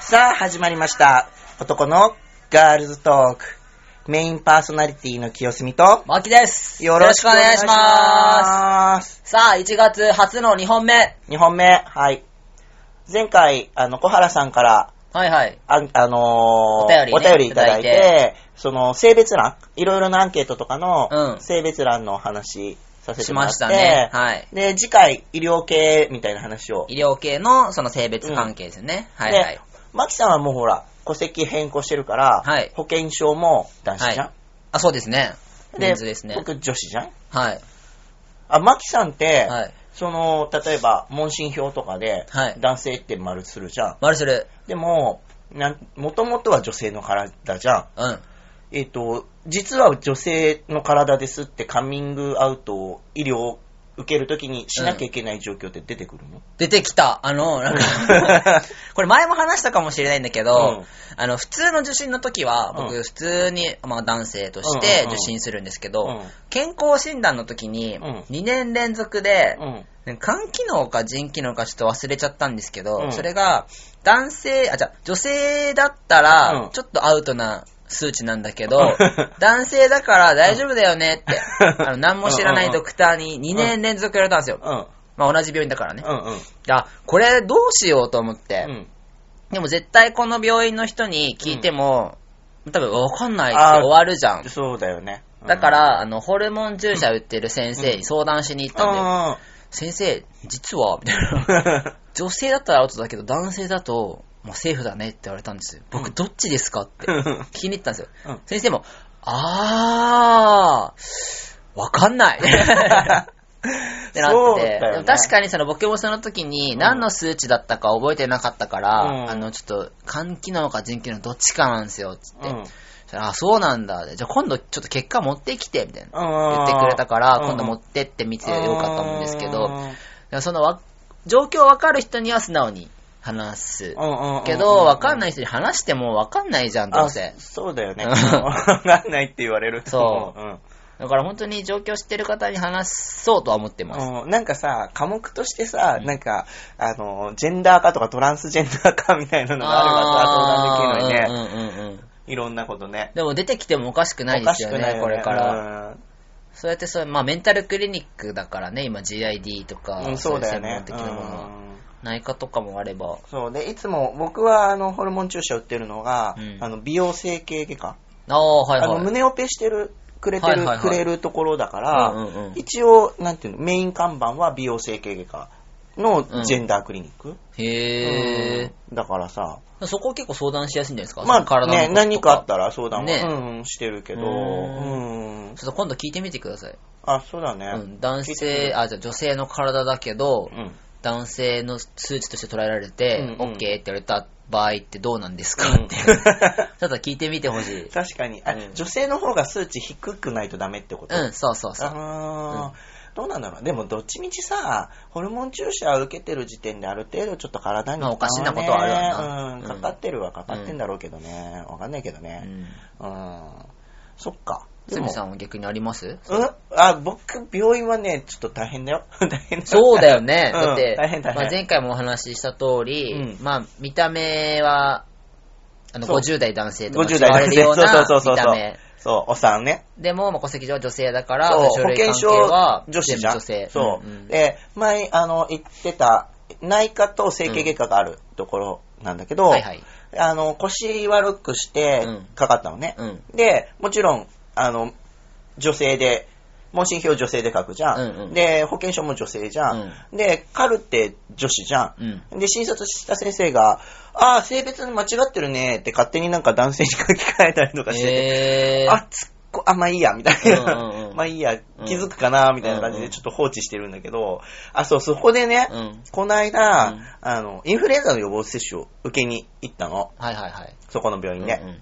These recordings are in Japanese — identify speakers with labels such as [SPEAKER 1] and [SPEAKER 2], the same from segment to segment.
[SPEAKER 1] さあ、始まりました。男のガールズトーク。メインパーソナリティの清澄と、
[SPEAKER 2] マキです。
[SPEAKER 1] よろしくお願いし
[SPEAKER 2] よろくお願いしま
[SPEAKER 1] ます。
[SPEAKER 2] す。さあ、1月初の2本目。はい
[SPEAKER 1] 2本目、はい。前回、あの、小原さんから、
[SPEAKER 2] はい。
[SPEAKER 1] ああのー
[SPEAKER 2] お便りね
[SPEAKER 1] いただいて
[SPEAKER 2] いただ
[SPEAKER 1] その、性別欄、いろいろなアンケートとかの、
[SPEAKER 2] うん
[SPEAKER 1] 性別欄のお話させて
[SPEAKER 2] し
[SPEAKER 1] もらっ
[SPEAKER 2] ま
[SPEAKER 1] て、
[SPEAKER 2] したね。はい。
[SPEAKER 1] で、次回、医療系みたいな話を。
[SPEAKER 2] 医療系のその性別関係ですね。はいはい
[SPEAKER 1] で。、マキさんはもうほら、戸籍変更してるから、
[SPEAKER 2] はい
[SPEAKER 1] 保険証も男子じゃん、
[SPEAKER 2] はあ、そうですね。
[SPEAKER 1] で
[SPEAKER 2] メンズですね。
[SPEAKER 1] 僕女子じゃん
[SPEAKER 2] はい。
[SPEAKER 1] あ、マキさんって、
[SPEAKER 2] はい。
[SPEAKER 1] その、例えば、問診票とかで、
[SPEAKER 2] はい
[SPEAKER 1] 男性って丸するじゃん。
[SPEAKER 2] 丸する。
[SPEAKER 1] でも、なん、もともとは女性の体じゃん。
[SPEAKER 2] うん。
[SPEAKER 1] えっ、と、実は女性の体ですってカミングアウトを、医療を受けるときにしなきゃいけない状況って出てくるの、
[SPEAKER 2] 出てきた。あの、なんか、 これ前も話したかもしれないんだけど、あの、普通の受診の時は、
[SPEAKER 1] う
[SPEAKER 2] 僕
[SPEAKER 1] ん
[SPEAKER 2] 普通に、まあ男性とし
[SPEAKER 1] うんうん
[SPEAKER 2] て
[SPEAKER 1] うん
[SPEAKER 2] 受診するんですけ
[SPEAKER 1] う
[SPEAKER 2] ど
[SPEAKER 1] ん、
[SPEAKER 2] 健康診断の時に、
[SPEAKER 1] うん
[SPEAKER 2] 2年連続で、
[SPEAKER 1] うん。
[SPEAKER 2] ね肝機能か腎機能かちょっと忘れちゃったんですけど、
[SPEAKER 1] うん
[SPEAKER 2] それが男性あじゃあ女性だった
[SPEAKER 1] うん
[SPEAKER 2] らちょっとアウトな数値なんだけど、 男性だから大丈夫だよねって、
[SPEAKER 1] うん
[SPEAKER 2] あの何も知らないドクターに2年連続やられたんです よ、
[SPEAKER 1] うん。
[SPEAKER 2] まあ、同じ病院だからね、
[SPEAKER 1] うん。うん。
[SPEAKER 2] あこれどうしようと思って、
[SPEAKER 1] うん。
[SPEAKER 2] でも絶対この病院の人に聞いても、多分分かんない
[SPEAKER 1] あー
[SPEAKER 2] し終わるじゃん
[SPEAKER 1] そうだよね。うん
[SPEAKER 2] だか、ら、あのホルモン注射打ってる先生に相談しに行ったんだよ、
[SPEAKER 1] あ
[SPEAKER 2] 先生実はみたいな
[SPEAKER 1] ー
[SPEAKER 2] 女性だったらアウトだけど、男性だと、まあ、セーフだねって言われたんですよ。
[SPEAKER 1] う
[SPEAKER 2] 僕、
[SPEAKER 1] ん
[SPEAKER 2] どっちですかって
[SPEAKER 1] うん
[SPEAKER 2] 聞きに行ったんですよ。
[SPEAKER 1] うん
[SPEAKER 2] 先生も、あー、わか んないってな
[SPEAKER 1] そうだ
[SPEAKER 2] ってて、
[SPEAKER 1] よね
[SPEAKER 2] でも確かにその僕もその時に何の数値だったか覚えてなかったから、
[SPEAKER 1] うん
[SPEAKER 2] あの、ちょっと、肝機能か腎機能どっちかなんですよ、つって。
[SPEAKER 1] うん
[SPEAKER 2] そしたらあ、そうなんだ。じゃあ今度ちょっと結果持ってきて、みたいな。言
[SPEAKER 1] 言
[SPEAKER 2] ってくれたから、今度持
[SPEAKER 1] っ
[SPEAKER 2] ってってみてよかったと思うんですけど、だからそのわ状況わかる人には素直に話す。けど、わかんないい人に話してもわかんないじゃん、どうせ。
[SPEAKER 1] そうだよ ね。
[SPEAKER 2] うん
[SPEAKER 1] わかんないって言われると。
[SPEAKER 2] そう
[SPEAKER 1] うん
[SPEAKER 2] だから本当に状況知ってる方に話そうとは思ってます。
[SPEAKER 1] うん。なんかさ、科目としてさ、なんか、あの、ジェンダー化とかトランスジェンダー化みたいなのがあればさ、相談できるのにね、
[SPEAKER 2] あーうんうんうんうん
[SPEAKER 1] いろんなことね。
[SPEAKER 2] でも出てきてもおかしくない
[SPEAKER 1] お
[SPEAKER 2] で
[SPEAKER 1] か
[SPEAKER 2] す
[SPEAKER 1] し
[SPEAKER 2] よ
[SPEAKER 1] く
[SPEAKER 2] ね、
[SPEAKER 1] ないよね
[SPEAKER 2] これから。。そうやってそう、まあメンタルクリニックだからね、今 GID と
[SPEAKER 1] う
[SPEAKER 2] か、
[SPEAKER 1] んうん、そうだよ
[SPEAKER 2] い
[SPEAKER 1] ね。
[SPEAKER 2] 専門的なもの
[SPEAKER 1] う
[SPEAKER 2] が
[SPEAKER 1] ん
[SPEAKER 2] 内科とかもあれば、
[SPEAKER 1] そうで、いつも僕はあのホルモン注射打ってるのが、
[SPEAKER 2] うん
[SPEAKER 1] あの美容整形外科、
[SPEAKER 2] ああ、はいはい。
[SPEAKER 1] あの胸オペしてるくれてる、
[SPEAKER 2] はいはいはい
[SPEAKER 1] くれるところだから、
[SPEAKER 2] うんうんうん
[SPEAKER 1] 一応なんていうのメイン看板は美容整形外科のジェンダークリニック、
[SPEAKER 2] へえ、
[SPEAKER 1] うんだからさ、
[SPEAKER 2] そこ結構相談しやすいんじゃないですか
[SPEAKER 1] まあ
[SPEAKER 2] 体の
[SPEAKER 1] ね、
[SPEAKER 2] ことと
[SPEAKER 1] 何かあったら相談は、
[SPEAKER 2] ね
[SPEAKER 1] うんうんしてるけど、
[SPEAKER 2] う
[SPEAKER 1] う
[SPEAKER 2] ー
[SPEAKER 1] ん
[SPEAKER 2] ちょっと今度聞いてみてください。
[SPEAKER 1] あそうだね、
[SPEAKER 2] うん、男性、あ、じゃあ女性の体だけど、
[SPEAKER 1] うん
[SPEAKER 2] 男性の数値として捉えられて、
[SPEAKER 1] うんうん
[SPEAKER 2] OK って言われた場合ってどうなんですか
[SPEAKER 1] うん
[SPEAKER 2] って、ちょっと聞いてみてほしい。
[SPEAKER 1] 確かにあ、
[SPEAKER 2] うん
[SPEAKER 1] 女性の方が数値低くないとダメってこと、
[SPEAKER 2] うん、そうそうそう。
[SPEAKER 1] あーどうなんだろうでもどっちみちさホルモン注射を受けてる時点である程度ちょっと体に負担はね、
[SPEAKER 2] まあおかしなことはあるわな
[SPEAKER 1] うん、
[SPEAKER 2] うん
[SPEAKER 1] かかってるはかかってんだろうけどね、わかんないけど
[SPEAKER 2] う
[SPEAKER 1] ね
[SPEAKER 2] ん。
[SPEAKER 1] うん、そっか
[SPEAKER 2] つみさんは逆にあります
[SPEAKER 1] うんあ僕病院はねちょっと大変だよ 大変だ
[SPEAKER 2] そうだよね。
[SPEAKER 1] うん
[SPEAKER 2] だって、
[SPEAKER 1] 大変大変
[SPEAKER 2] まあ、前回もお話しした通り、
[SPEAKER 1] うん
[SPEAKER 2] まあ、見た目は、あの、
[SPEAKER 1] そう
[SPEAKER 2] 50代男性とか
[SPEAKER 1] 50
[SPEAKER 2] 違
[SPEAKER 1] 代
[SPEAKER 2] わ
[SPEAKER 1] 男
[SPEAKER 2] れ
[SPEAKER 1] 性
[SPEAKER 2] るような
[SPEAKER 1] そうそうそうそう
[SPEAKER 2] 見た目。
[SPEAKER 1] そうお産ね
[SPEAKER 2] でも、まあ、戸籍上は女性だから、
[SPEAKER 1] そう
[SPEAKER 2] 書
[SPEAKER 1] 保
[SPEAKER 2] 類
[SPEAKER 1] 険
[SPEAKER 2] 関係
[SPEAKER 1] 証
[SPEAKER 2] は
[SPEAKER 1] 女子
[SPEAKER 2] 全
[SPEAKER 1] じ
[SPEAKER 2] 部
[SPEAKER 1] ゃん
[SPEAKER 2] 女性。
[SPEAKER 1] そう、
[SPEAKER 2] んん
[SPEAKER 1] で前あの言ってた内科と整形外科があるところなんだけど、
[SPEAKER 2] はいはい。
[SPEAKER 1] あの腰悪くして
[SPEAKER 2] うん
[SPEAKER 1] かかったのね、
[SPEAKER 2] うん。
[SPEAKER 1] で、もちろん、あの、女性で、問診票女性で書くじゃん。
[SPEAKER 2] うんうん
[SPEAKER 1] で、保険証も女性じゃん。で、カルテ女子じゃん。
[SPEAKER 2] うん。
[SPEAKER 1] で、診察した先生が、ああ、性別に間違ってるねって勝手になんか男性に書き換えたりとかしてて、
[SPEAKER 2] えー、
[SPEAKER 1] あ、つっこ、あ、まあいいや、みたいな。
[SPEAKER 2] うんうんうん
[SPEAKER 1] まあいいや、気づくかな、みたいな感じ
[SPEAKER 2] うん
[SPEAKER 1] で
[SPEAKER 2] うん
[SPEAKER 1] ちょっと放置してるんだけど、あ、そう、そこでね、
[SPEAKER 2] うん。
[SPEAKER 1] この間、
[SPEAKER 2] うん
[SPEAKER 1] あの、インフルエンザの予防接種を受けに行ったの。
[SPEAKER 2] はいはいはい。
[SPEAKER 1] そこの病院で。
[SPEAKER 2] うんうん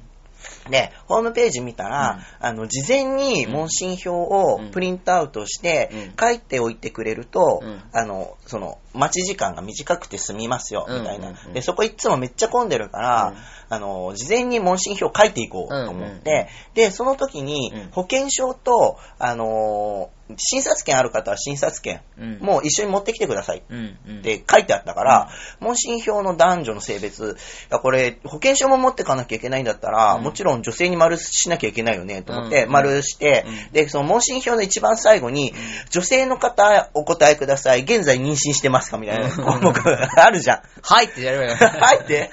[SPEAKER 1] で、ホームページ見たら、あの、事前に問診票を
[SPEAKER 2] うん
[SPEAKER 1] プリントアウトして、
[SPEAKER 2] うん
[SPEAKER 1] 書いておいてくれると、
[SPEAKER 2] うん
[SPEAKER 1] あの、その、待ち時間が短くて済みますよ、みたいな。
[SPEAKER 2] うんうんうん
[SPEAKER 1] で、そこいつもめっちゃ混んでるから、あの、事前に問診票書いていこうと思って、
[SPEAKER 2] うんうん
[SPEAKER 1] で、その時に
[SPEAKER 2] うん、
[SPEAKER 1] 保険証と、あのー診察券ある方は診察券、
[SPEAKER 2] うん
[SPEAKER 1] もう一緒に持ってきてください
[SPEAKER 2] うん、うん。
[SPEAKER 1] って書いてあったから、問診票の男女の性別、いやこれ、保険証も持ってかなきゃいけないんだったら、
[SPEAKER 2] うん
[SPEAKER 1] もちろん女性に丸しなきゃいけないよね、と思って、
[SPEAKER 2] うん
[SPEAKER 1] 丸して、
[SPEAKER 2] うん
[SPEAKER 1] で、その問診票の一番最後に、女性の方お答えください、現在妊娠してますかみたいな
[SPEAKER 2] うん
[SPEAKER 1] 項目あるじゃん。
[SPEAKER 2] はいってやれば よ。
[SPEAKER 1] 入って、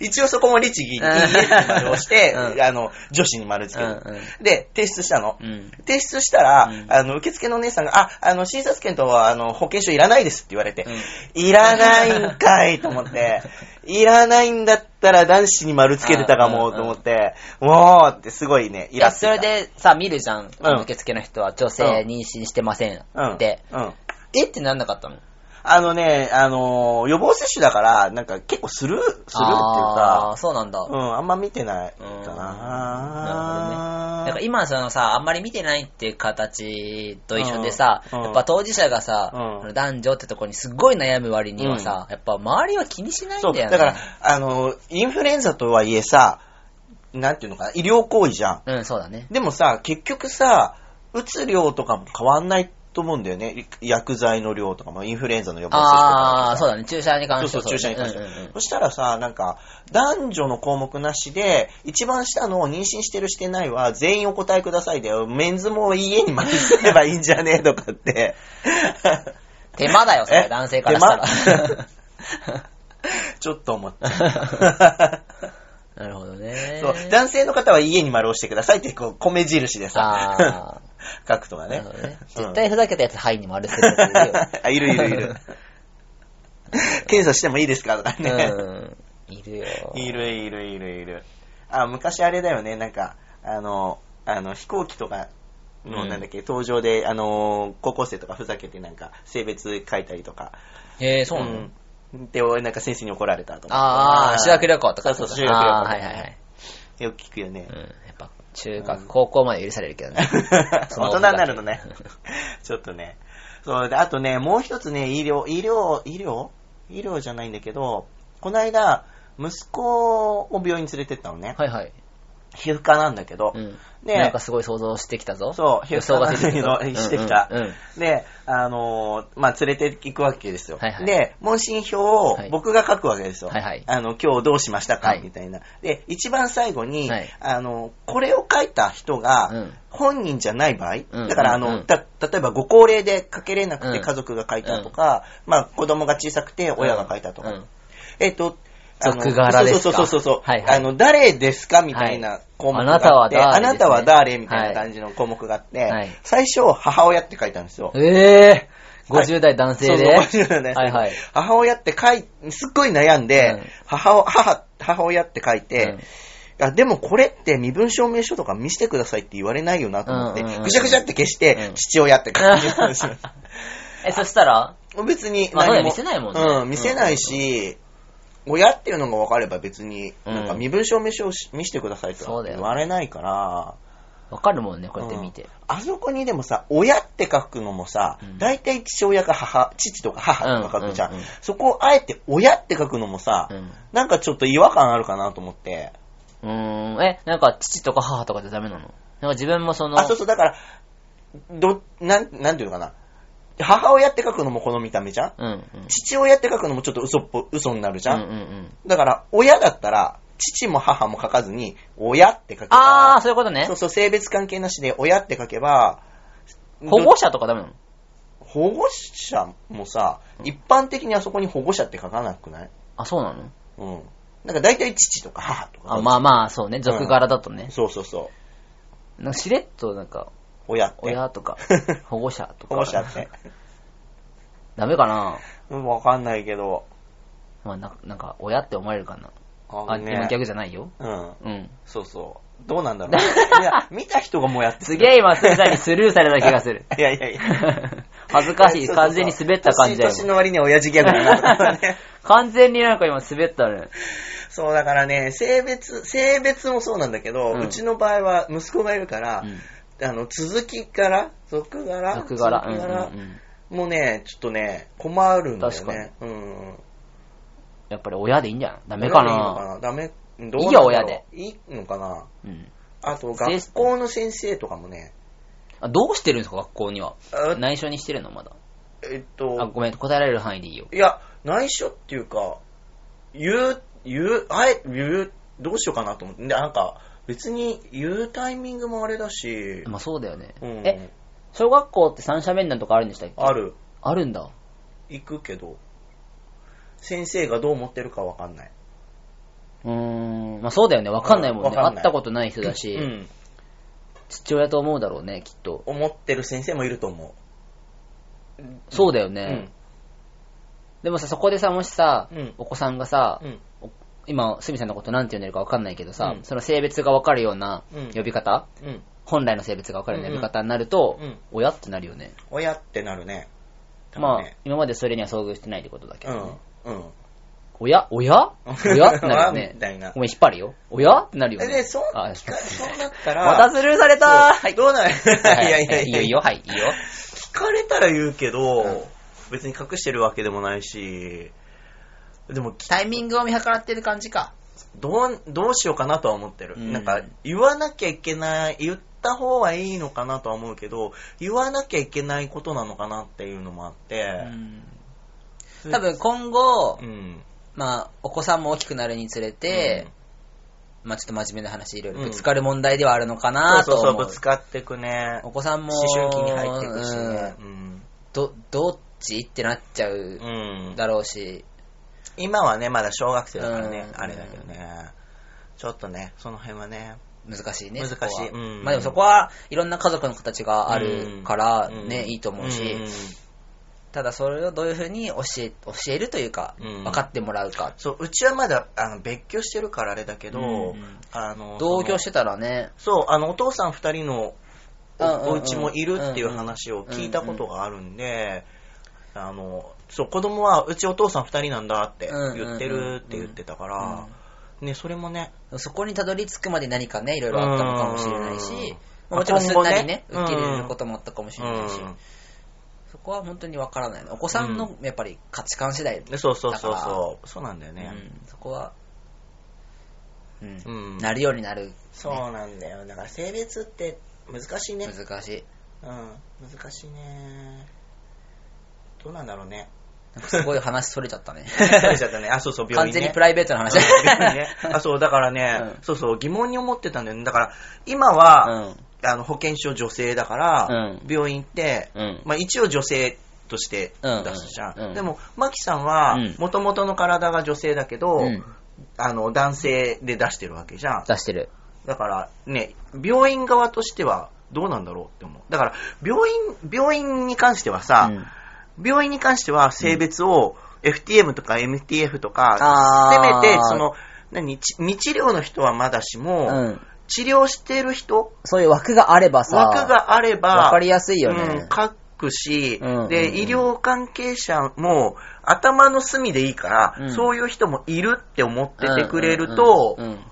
[SPEAKER 1] 一応そこも律儀に、いい
[SPEAKER 2] うん
[SPEAKER 1] えって丸をして、
[SPEAKER 2] うん
[SPEAKER 1] あの、女子に丸つける。
[SPEAKER 2] うん
[SPEAKER 1] で、提出したの。
[SPEAKER 2] うん。
[SPEAKER 1] 提出したら、
[SPEAKER 2] うん
[SPEAKER 1] あの、受付のお姉さんが、あ、あの、診察券とは、あの、保険証いらないですって言われて、
[SPEAKER 2] う
[SPEAKER 1] いらないんかいと思っ て、いらないんだったら男子に丸つけてたかも
[SPEAKER 2] うん
[SPEAKER 1] と思って、もうってすごいね、イ
[SPEAKER 2] い
[SPEAKER 1] ラ
[SPEAKER 2] や、
[SPEAKER 1] つい
[SPEAKER 2] それ、でさ、見るじゃん。
[SPEAKER 1] うん
[SPEAKER 2] 受付の人は、女性妊娠してません
[SPEAKER 1] うん。
[SPEAKER 2] って。
[SPEAKER 1] うん。
[SPEAKER 2] えってなんなかったの
[SPEAKER 1] あのね、あのー予防接種だから、なんか結構スルー、スルーっていう
[SPEAKER 2] あ
[SPEAKER 1] か、
[SPEAKER 2] ーそうなんだ。
[SPEAKER 1] うん、あんま見てないか
[SPEAKER 2] うん
[SPEAKER 1] な。
[SPEAKER 2] なんか今そのさ、あんまり見てないっていう形と一緒でさ、
[SPEAKER 1] うん
[SPEAKER 2] やっぱ当事者がさ、
[SPEAKER 1] うん
[SPEAKER 2] その男女ってとこにすっごい悩む割にはさ、やっぱ周りは気にしないんだ
[SPEAKER 1] そ
[SPEAKER 2] よ
[SPEAKER 1] う、
[SPEAKER 2] ね。
[SPEAKER 1] だから、あのーインフルエンザとはいえさ、なんていうのかな、医療行為じゃん。
[SPEAKER 2] うん、そうだね。
[SPEAKER 1] でもさ、結局さ、打つ量とかも変わんないと思うんだよね。薬剤の量とかも、インフルエンザの予防接種とか
[SPEAKER 2] あ
[SPEAKER 1] も
[SPEAKER 2] あ、そうだね。注射に関し
[SPEAKER 1] そ
[SPEAKER 2] て
[SPEAKER 1] うそう、注射に関して
[SPEAKER 2] は
[SPEAKER 1] は
[SPEAKER 2] うんうんうん
[SPEAKER 1] そしたらさ、なんか、男女の項目なしで、一番下の妊娠してるしてないは、全員お答えくださいで、メンズも家に巻きつけばいいんじゃねえとかって。
[SPEAKER 2] 手間 だよ、それ、
[SPEAKER 1] え
[SPEAKER 2] 男性からしたら。
[SPEAKER 1] ちょっと思っちゃう。
[SPEAKER 2] なるほどね。
[SPEAKER 1] そう男性の方は家に丸をしてくださいって、こう、米印でさ、
[SPEAKER 2] あ
[SPEAKER 1] 書くとか
[SPEAKER 2] あ、
[SPEAKER 1] ね
[SPEAKER 2] なるほど。
[SPEAKER 1] うん
[SPEAKER 2] 絶対ふざけたやつ、ハイに丸するやつい るよ
[SPEAKER 1] あ、いるいるいる。 検査してもいいですかとかね。
[SPEAKER 2] うん。いるよ。
[SPEAKER 1] いるいるいるいる。あ、昔あれだよね、なんか、あの、あの飛行機とかの、
[SPEAKER 2] うん
[SPEAKER 1] なんだっけ、登場で、あの、高校生とかふざけてなんか、性別書いたりとか。
[SPEAKER 2] へえ、そうなの、
[SPEAKER 1] うんで、俺なんか先生に怒られたとか。
[SPEAKER 2] ああ、修学旅行とか。
[SPEAKER 1] そうそう、修学旅行
[SPEAKER 2] あ
[SPEAKER 1] とか
[SPEAKER 2] あ、は
[SPEAKER 1] ね
[SPEAKER 2] いはいはい。
[SPEAKER 1] よく聞くよね
[SPEAKER 2] うん。。やっぱ、中学、高校まで許されるけどね。
[SPEAKER 1] 大
[SPEAKER 2] その
[SPEAKER 1] 人になるのね。ちょっとね。そう、で、あとね、もう一つね、医療、医療、医療医療じゃないんだけど、この間、息子を病院に連れてったのね。
[SPEAKER 2] はいはい。
[SPEAKER 1] 皮膚科なんだけど
[SPEAKER 2] う。ん。
[SPEAKER 1] ね
[SPEAKER 2] なんかすごい想像してきたぞ。
[SPEAKER 1] そう、
[SPEAKER 2] 予想が
[SPEAKER 1] ヒュ
[SPEAKER 2] で
[SPEAKER 1] ー
[SPEAKER 2] きたぞ
[SPEAKER 1] のしてきた
[SPEAKER 2] うんうんうん。。
[SPEAKER 1] で、あのー、まあ、連れて行くわけですよ
[SPEAKER 2] はいは。い
[SPEAKER 1] で、問診票を
[SPEAKER 2] はい
[SPEAKER 1] 僕が書くわけですよ。
[SPEAKER 2] はいはい
[SPEAKER 1] あの、今日どうしましたか
[SPEAKER 2] はい
[SPEAKER 1] みたいな。で、一番最後に
[SPEAKER 2] はい、
[SPEAKER 1] あの、これを書いた人
[SPEAKER 2] う
[SPEAKER 1] が
[SPEAKER 2] ん、
[SPEAKER 1] 本人じゃない場合、
[SPEAKER 2] うん
[SPEAKER 1] だから、あ
[SPEAKER 2] うんう
[SPEAKER 1] の、
[SPEAKER 2] ん
[SPEAKER 1] た例えばご高齢で書けれなくて
[SPEAKER 2] うん
[SPEAKER 1] 家族が書いたとか、まあ、子供が小さくて親が書いたと
[SPEAKER 2] う
[SPEAKER 1] か
[SPEAKER 2] ん。
[SPEAKER 1] えっと、あの
[SPEAKER 2] 俗柄ですか
[SPEAKER 1] そうそうそうそうそう。
[SPEAKER 2] はいはい
[SPEAKER 1] あの、誰ですかみたいな項目があって、
[SPEAKER 2] はい
[SPEAKER 1] あ
[SPEAKER 2] あ
[SPEAKER 1] な
[SPEAKER 2] な
[SPEAKER 1] た
[SPEAKER 2] た
[SPEAKER 1] は
[SPEAKER 2] は
[SPEAKER 1] 誰
[SPEAKER 2] 誰
[SPEAKER 1] みたいな感じの項目があって、
[SPEAKER 2] はい
[SPEAKER 1] 最初、母親って書いたんですよ。
[SPEAKER 2] ええー、50代男性で。
[SPEAKER 1] そうそう50代男性
[SPEAKER 2] はいはい。
[SPEAKER 1] 母親って書い、すっごい悩んで、
[SPEAKER 2] うん
[SPEAKER 1] 母を母、母親って書いて、
[SPEAKER 2] うん
[SPEAKER 1] いやでもこれって身分証明書とか見せてくださいって言われないよなと思って、
[SPEAKER 2] うんうんうん
[SPEAKER 1] ぐちゃぐちゃって消して、
[SPEAKER 2] うん
[SPEAKER 1] 父親って書いてたん ですよ。
[SPEAKER 2] え、そしたら
[SPEAKER 1] 別に
[SPEAKER 2] まあ
[SPEAKER 1] 何も、
[SPEAKER 2] そうだよ見せないもんね
[SPEAKER 1] うん、見せないし、親っていうのが分かれば別に、なんか身分証明書をし見せてくださいと
[SPEAKER 2] そう
[SPEAKER 1] は
[SPEAKER 2] だよ
[SPEAKER 1] 言われないから、
[SPEAKER 2] わかるもんね、こうやって見
[SPEAKER 1] うん
[SPEAKER 2] て。
[SPEAKER 1] あそこにでもさ、親って書くのもさ
[SPEAKER 2] う、ん
[SPEAKER 1] 大体父親か母、父とか母とか書くじゃん。
[SPEAKER 2] うんうんうん
[SPEAKER 1] そこをあえて親って書くのもさ、
[SPEAKER 2] うん。
[SPEAKER 1] なんかちょっと違和感あるかなと思って。
[SPEAKER 2] うーん、え、なんか父とか母とかじゃダメなのなんか自分もその、
[SPEAKER 1] あ、そうそう、だから、ど、なん、なんていうのかな。母親って書くのもこの見た目じゃん
[SPEAKER 2] うんうん。
[SPEAKER 1] 父親って書くのもちょっと嘘っぽ、嘘になるじゃ
[SPEAKER 2] うん
[SPEAKER 1] ん
[SPEAKER 2] うんうん。
[SPEAKER 1] だから、親だったら、父も母も書かずに、親って書けば、
[SPEAKER 2] あー、そういうことね
[SPEAKER 1] そう。そう、性別関係なしで、親って書けば、
[SPEAKER 2] 保護
[SPEAKER 1] 者
[SPEAKER 2] 者とかダメなの
[SPEAKER 1] 保護者もさ、一般的にあそこに保護者って書かなくない
[SPEAKER 2] あ、そうなの
[SPEAKER 1] うん。なんか大体父とか母とか。
[SPEAKER 2] あ、まあまあ、そうね。俗柄だとね。
[SPEAKER 1] そうそうそう。
[SPEAKER 2] なんかしれっと、なんか、
[SPEAKER 1] 親って。
[SPEAKER 2] 親とか、保護者とか。
[SPEAKER 1] 保護者 って。
[SPEAKER 2] ダメかな
[SPEAKER 1] うんわかんないけど。
[SPEAKER 2] まあ、ななんか、親って思われるかな。
[SPEAKER 1] あ
[SPEAKER 2] あ、でも逆じゃないよ。
[SPEAKER 1] うん。
[SPEAKER 2] うん。
[SPEAKER 1] そうそう。どうなんだろ う。いや、見た人がもうやって
[SPEAKER 2] すげえ今、 すみさんにスルーされた気がする。
[SPEAKER 1] いやいやいや。
[SPEAKER 2] 恥ずかしい。
[SPEAKER 1] そうそうそう
[SPEAKER 2] 完全に滑った感じだよ。
[SPEAKER 1] 年年の割には親父ギャグ だなとかね。
[SPEAKER 2] 完全になんか今滑ったね。
[SPEAKER 1] そう、だからね、性別、性別もそうなんだけど、う
[SPEAKER 2] うん
[SPEAKER 1] ちの場合は息子がいるから、
[SPEAKER 2] うん
[SPEAKER 1] あの、続きから、続柄
[SPEAKER 2] 俗柄。うん
[SPEAKER 1] 続柄
[SPEAKER 2] うんうん
[SPEAKER 1] もうね、ちょっとね、困るんだよ
[SPEAKER 2] 確か
[SPEAKER 1] ね。うん。
[SPEAKER 2] やっぱり親でいいんじゃんダメか
[SPEAKER 1] いい
[SPEAKER 2] な
[SPEAKER 1] のかなダメ、どうなんだろう
[SPEAKER 2] いいよ親で。
[SPEAKER 1] いいのかな
[SPEAKER 2] うん。
[SPEAKER 1] あと、
[SPEAKER 2] せい
[SPEAKER 1] 学校の先生とかもね、
[SPEAKER 2] あどうしてるんですか、学校には。
[SPEAKER 1] あ
[SPEAKER 2] 内緒にしてるの、まだ。
[SPEAKER 1] えっ
[SPEAKER 2] あ、
[SPEAKER 1] と、
[SPEAKER 2] ごめん、答えられる範囲でいいよ。
[SPEAKER 1] いや、内緒っていうか、言う、言う、あえ、言う、どうしようかなと思って、でなんか、別に言うタイミングもあれだし、
[SPEAKER 2] まあ、そうだよね。
[SPEAKER 1] うん、
[SPEAKER 2] え、小学校って三者面談とかあるんでしたっけ
[SPEAKER 1] あ。る、
[SPEAKER 2] あるんだ。
[SPEAKER 1] 行くけど、先生がどう思ってるかわかんない。
[SPEAKER 2] うーん、まあ、そうだよね。わかんないもん
[SPEAKER 1] うん
[SPEAKER 2] ね。
[SPEAKER 1] わかん
[SPEAKER 2] 会
[SPEAKER 1] ない
[SPEAKER 2] ったことない人だし、
[SPEAKER 1] うん、
[SPEAKER 2] 父親と思うだろうね、きっと。
[SPEAKER 1] 思ってる先生もいると思
[SPEAKER 2] そうだよ
[SPEAKER 1] う。
[SPEAKER 2] ね。でもさ、そこでさ、もしさ、
[SPEAKER 1] うん
[SPEAKER 2] お子さんがさ、
[SPEAKER 1] うん、うん、
[SPEAKER 2] 今、すみさんのことなんて呼んでるかわかんないけどさ、
[SPEAKER 1] うん
[SPEAKER 2] その性別がわかるような
[SPEAKER 1] うん
[SPEAKER 2] 呼び方、
[SPEAKER 1] うん、
[SPEAKER 2] 本来の性別がわかるような呼び方になると、
[SPEAKER 1] うんうん
[SPEAKER 2] 親ってなるよね。
[SPEAKER 1] 親ってなるね。多
[SPEAKER 2] ま
[SPEAKER 1] 分
[SPEAKER 2] あ
[SPEAKER 1] ね、
[SPEAKER 2] 今までそれには遭遇してないってことだけどね。
[SPEAKER 1] うん、うん。
[SPEAKER 2] 親親 親ってなるよ
[SPEAKER 1] わ
[SPEAKER 2] ね
[SPEAKER 1] み。たいな
[SPEAKER 2] ご。めん、引っ張るよ。親ってなるよね。
[SPEAKER 1] で、そう、
[SPEAKER 2] あ
[SPEAKER 1] そうなったら、
[SPEAKER 2] またスルーされたー
[SPEAKER 1] はい、どうなる い
[SPEAKER 2] は
[SPEAKER 1] やいやい
[SPEAKER 2] い
[SPEAKER 1] や
[SPEAKER 2] よいいよ、はい、いいよ。
[SPEAKER 1] 聞かれたら言うけど、
[SPEAKER 2] うん
[SPEAKER 1] 別に隠してるわけでもないし、でも、き
[SPEAKER 2] タイミングを見計らってる感じか。
[SPEAKER 1] どう、どうしようかなとは思ってる。
[SPEAKER 2] うん
[SPEAKER 1] なんか、言わなきゃいけない、言った方がいいのかなとは思うけど、言わなきゃいけないことなのかなっていうのもあって、それ
[SPEAKER 2] 多、分今後、
[SPEAKER 1] うん。
[SPEAKER 2] まあ、お子さんも大きくなるにつれて、まあちょっと真面目な話、いろいろぶつかる問題ではあるの
[SPEAKER 1] う
[SPEAKER 2] か
[SPEAKER 1] ん、
[SPEAKER 2] なと
[SPEAKER 1] そうそう
[SPEAKER 2] 思。
[SPEAKER 1] そうう、ぶつかってくね。
[SPEAKER 2] お子さんも、
[SPEAKER 1] 思春期に入っていくしね。
[SPEAKER 2] うん
[SPEAKER 1] うん。
[SPEAKER 2] ど、どっちってなっちゃう
[SPEAKER 1] うん。
[SPEAKER 2] だろうし、
[SPEAKER 1] 今はね、まだ小学生だからね、
[SPEAKER 2] うん
[SPEAKER 1] あれだけどね。ちょっとね、その辺はね。
[SPEAKER 2] 難しいね。
[SPEAKER 1] 難しい
[SPEAKER 2] そこは
[SPEAKER 1] うん
[SPEAKER 2] まあでもそこはいろんな家族の形があるから
[SPEAKER 1] うん
[SPEAKER 2] ね、
[SPEAKER 1] ん
[SPEAKER 2] いいと思うし、ただそれをどういうふうに教え、教えるというか、
[SPEAKER 1] うん
[SPEAKER 2] 分かってもらうか。
[SPEAKER 1] そう、うちはまだ、あの、別居してるからあれだけど、
[SPEAKER 2] うん
[SPEAKER 1] あの、
[SPEAKER 2] 同居しててたらね、
[SPEAKER 1] そう、あの、お父さん二人のお,、
[SPEAKER 2] うんうんうん
[SPEAKER 1] お家もいるっていう話を聞いたことがあるんで、あの、そう、子供は、うちお父さん二人なんだって言ってるって言ってたから、ね、それもね、
[SPEAKER 2] そこにたどり着くまで何かね、いろいろあったのかもしれないし
[SPEAKER 1] うん、
[SPEAKER 2] まあもちろんすんなりね、
[SPEAKER 1] 今
[SPEAKER 2] 受
[SPEAKER 1] 後ね
[SPEAKER 2] け入れることもあったかもし
[SPEAKER 1] う
[SPEAKER 2] れないし、
[SPEAKER 1] ん。
[SPEAKER 2] そこは本当にわからないの。お子さんのやっぱり価値観次第だ
[SPEAKER 1] でそうそうそう
[SPEAKER 2] だか
[SPEAKER 1] そう。そうなんだよね。
[SPEAKER 2] うんそこは、うん
[SPEAKER 1] うん
[SPEAKER 2] なるようになる、ね
[SPEAKER 1] そうなんだよ。だから性別って難しいね。
[SPEAKER 2] 難しい。
[SPEAKER 1] うん。難しいね。どうなんだろうね。
[SPEAKER 2] なんかすごい話それちゃったね。
[SPEAKER 1] 疲れちゃったね。あ、そう そう、 病
[SPEAKER 2] 完
[SPEAKER 1] 院、ね。
[SPEAKER 2] 全にプライベートの話だ
[SPEAKER 1] うん病院ね。あ、そう、だからね、
[SPEAKER 2] うん
[SPEAKER 1] そうそう、疑問に思ってたんだよね。だから、今は、
[SPEAKER 2] うん。
[SPEAKER 1] あの保険証女性だから、
[SPEAKER 2] う
[SPEAKER 1] 病院って、
[SPEAKER 2] うん。
[SPEAKER 1] まあ一応女性として出すじゃん。
[SPEAKER 2] うんうんうん
[SPEAKER 1] でも、マキさんは
[SPEAKER 2] うん、
[SPEAKER 1] もともとの体が女性だけど、
[SPEAKER 2] うん
[SPEAKER 1] あの、男性で出してるわけじゃん。
[SPEAKER 2] 出してる。
[SPEAKER 1] だからね、病院側としてはどうなんだろうって思う。だから、病院、病院に関してはさ、
[SPEAKER 2] うん
[SPEAKER 1] 病院に関しては性別を FTM とか MTF とか、せ
[SPEAKER 2] あ
[SPEAKER 1] め
[SPEAKER 2] ー
[SPEAKER 1] て、その、何、ち未治療の人はまだしも、
[SPEAKER 2] うん。
[SPEAKER 1] 治療してる人、
[SPEAKER 2] そういう枠があればさ、
[SPEAKER 1] 枠があれば、
[SPEAKER 2] わかりやすいよね。
[SPEAKER 1] うん、書くし、
[SPEAKER 2] うんうんうん
[SPEAKER 1] で、医療関係者も頭の隅でいいから、
[SPEAKER 2] うん
[SPEAKER 1] そういう人もいるって思っててくれると、
[SPEAKER 2] うんうんうんうん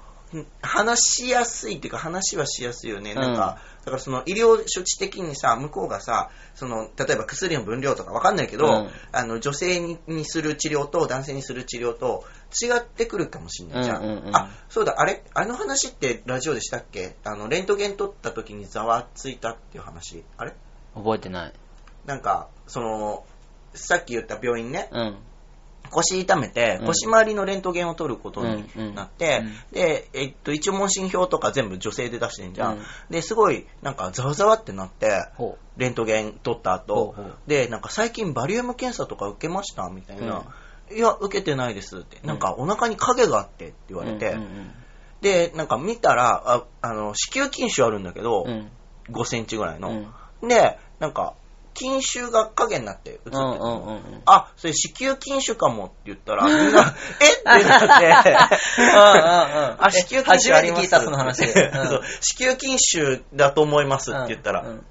[SPEAKER 1] 話しやすいっていうか話はしやすいよね、
[SPEAKER 2] うん
[SPEAKER 1] なんかだからその医療処置的にさ向こうがさその例えば薬の分量とかわかんないけど、
[SPEAKER 2] うん
[SPEAKER 1] あの女性ににする治療と男性にする治療と違ってくるかもしれないじゃん,、
[SPEAKER 2] うんうんうん
[SPEAKER 1] あそうだあれあの話ってラジオでしたっけあのレントゲン撮った時にざわついたっていう話あれ
[SPEAKER 2] 覚えてない。
[SPEAKER 1] なんかそのさっき言った病院ね、
[SPEAKER 2] うん。
[SPEAKER 1] 腰痛めて
[SPEAKER 2] うん、
[SPEAKER 1] 腰周りのレントゲンを取ることになって、
[SPEAKER 2] うんうん
[SPEAKER 1] で、えっと、一応問診票とか全部女性で出してんじゃん。
[SPEAKER 2] うん
[SPEAKER 1] で、すごい、なんか、ざわざわってなって、
[SPEAKER 2] ほ
[SPEAKER 1] レントゲン取った後、
[SPEAKER 2] ほうほう
[SPEAKER 1] で、なんか、最近バリウム検査とか受けましたみたいな。いや、受けてないですって。なんか、お腹に影があってって言
[SPEAKER 2] う。
[SPEAKER 1] われて、
[SPEAKER 2] うんうん
[SPEAKER 1] で、なんか見たら、ああの、子宮筋腫あるんだけど、
[SPEAKER 2] うん。
[SPEAKER 1] 5センチぐらい
[SPEAKER 2] うん。うん
[SPEAKER 1] の。で、なんか、筋腫が影になって映ってて、
[SPEAKER 2] うんうんうん。
[SPEAKER 1] あ、それ子宮筋腫かもって言ったら、みん な、えってなって、あ、
[SPEAKER 2] あ
[SPEAKER 1] 子宮筋腫あります
[SPEAKER 2] 初めて聞いた、その話。うん
[SPEAKER 1] そう子宮筋腫だと思いますって言ったら、
[SPEAKER 2] うん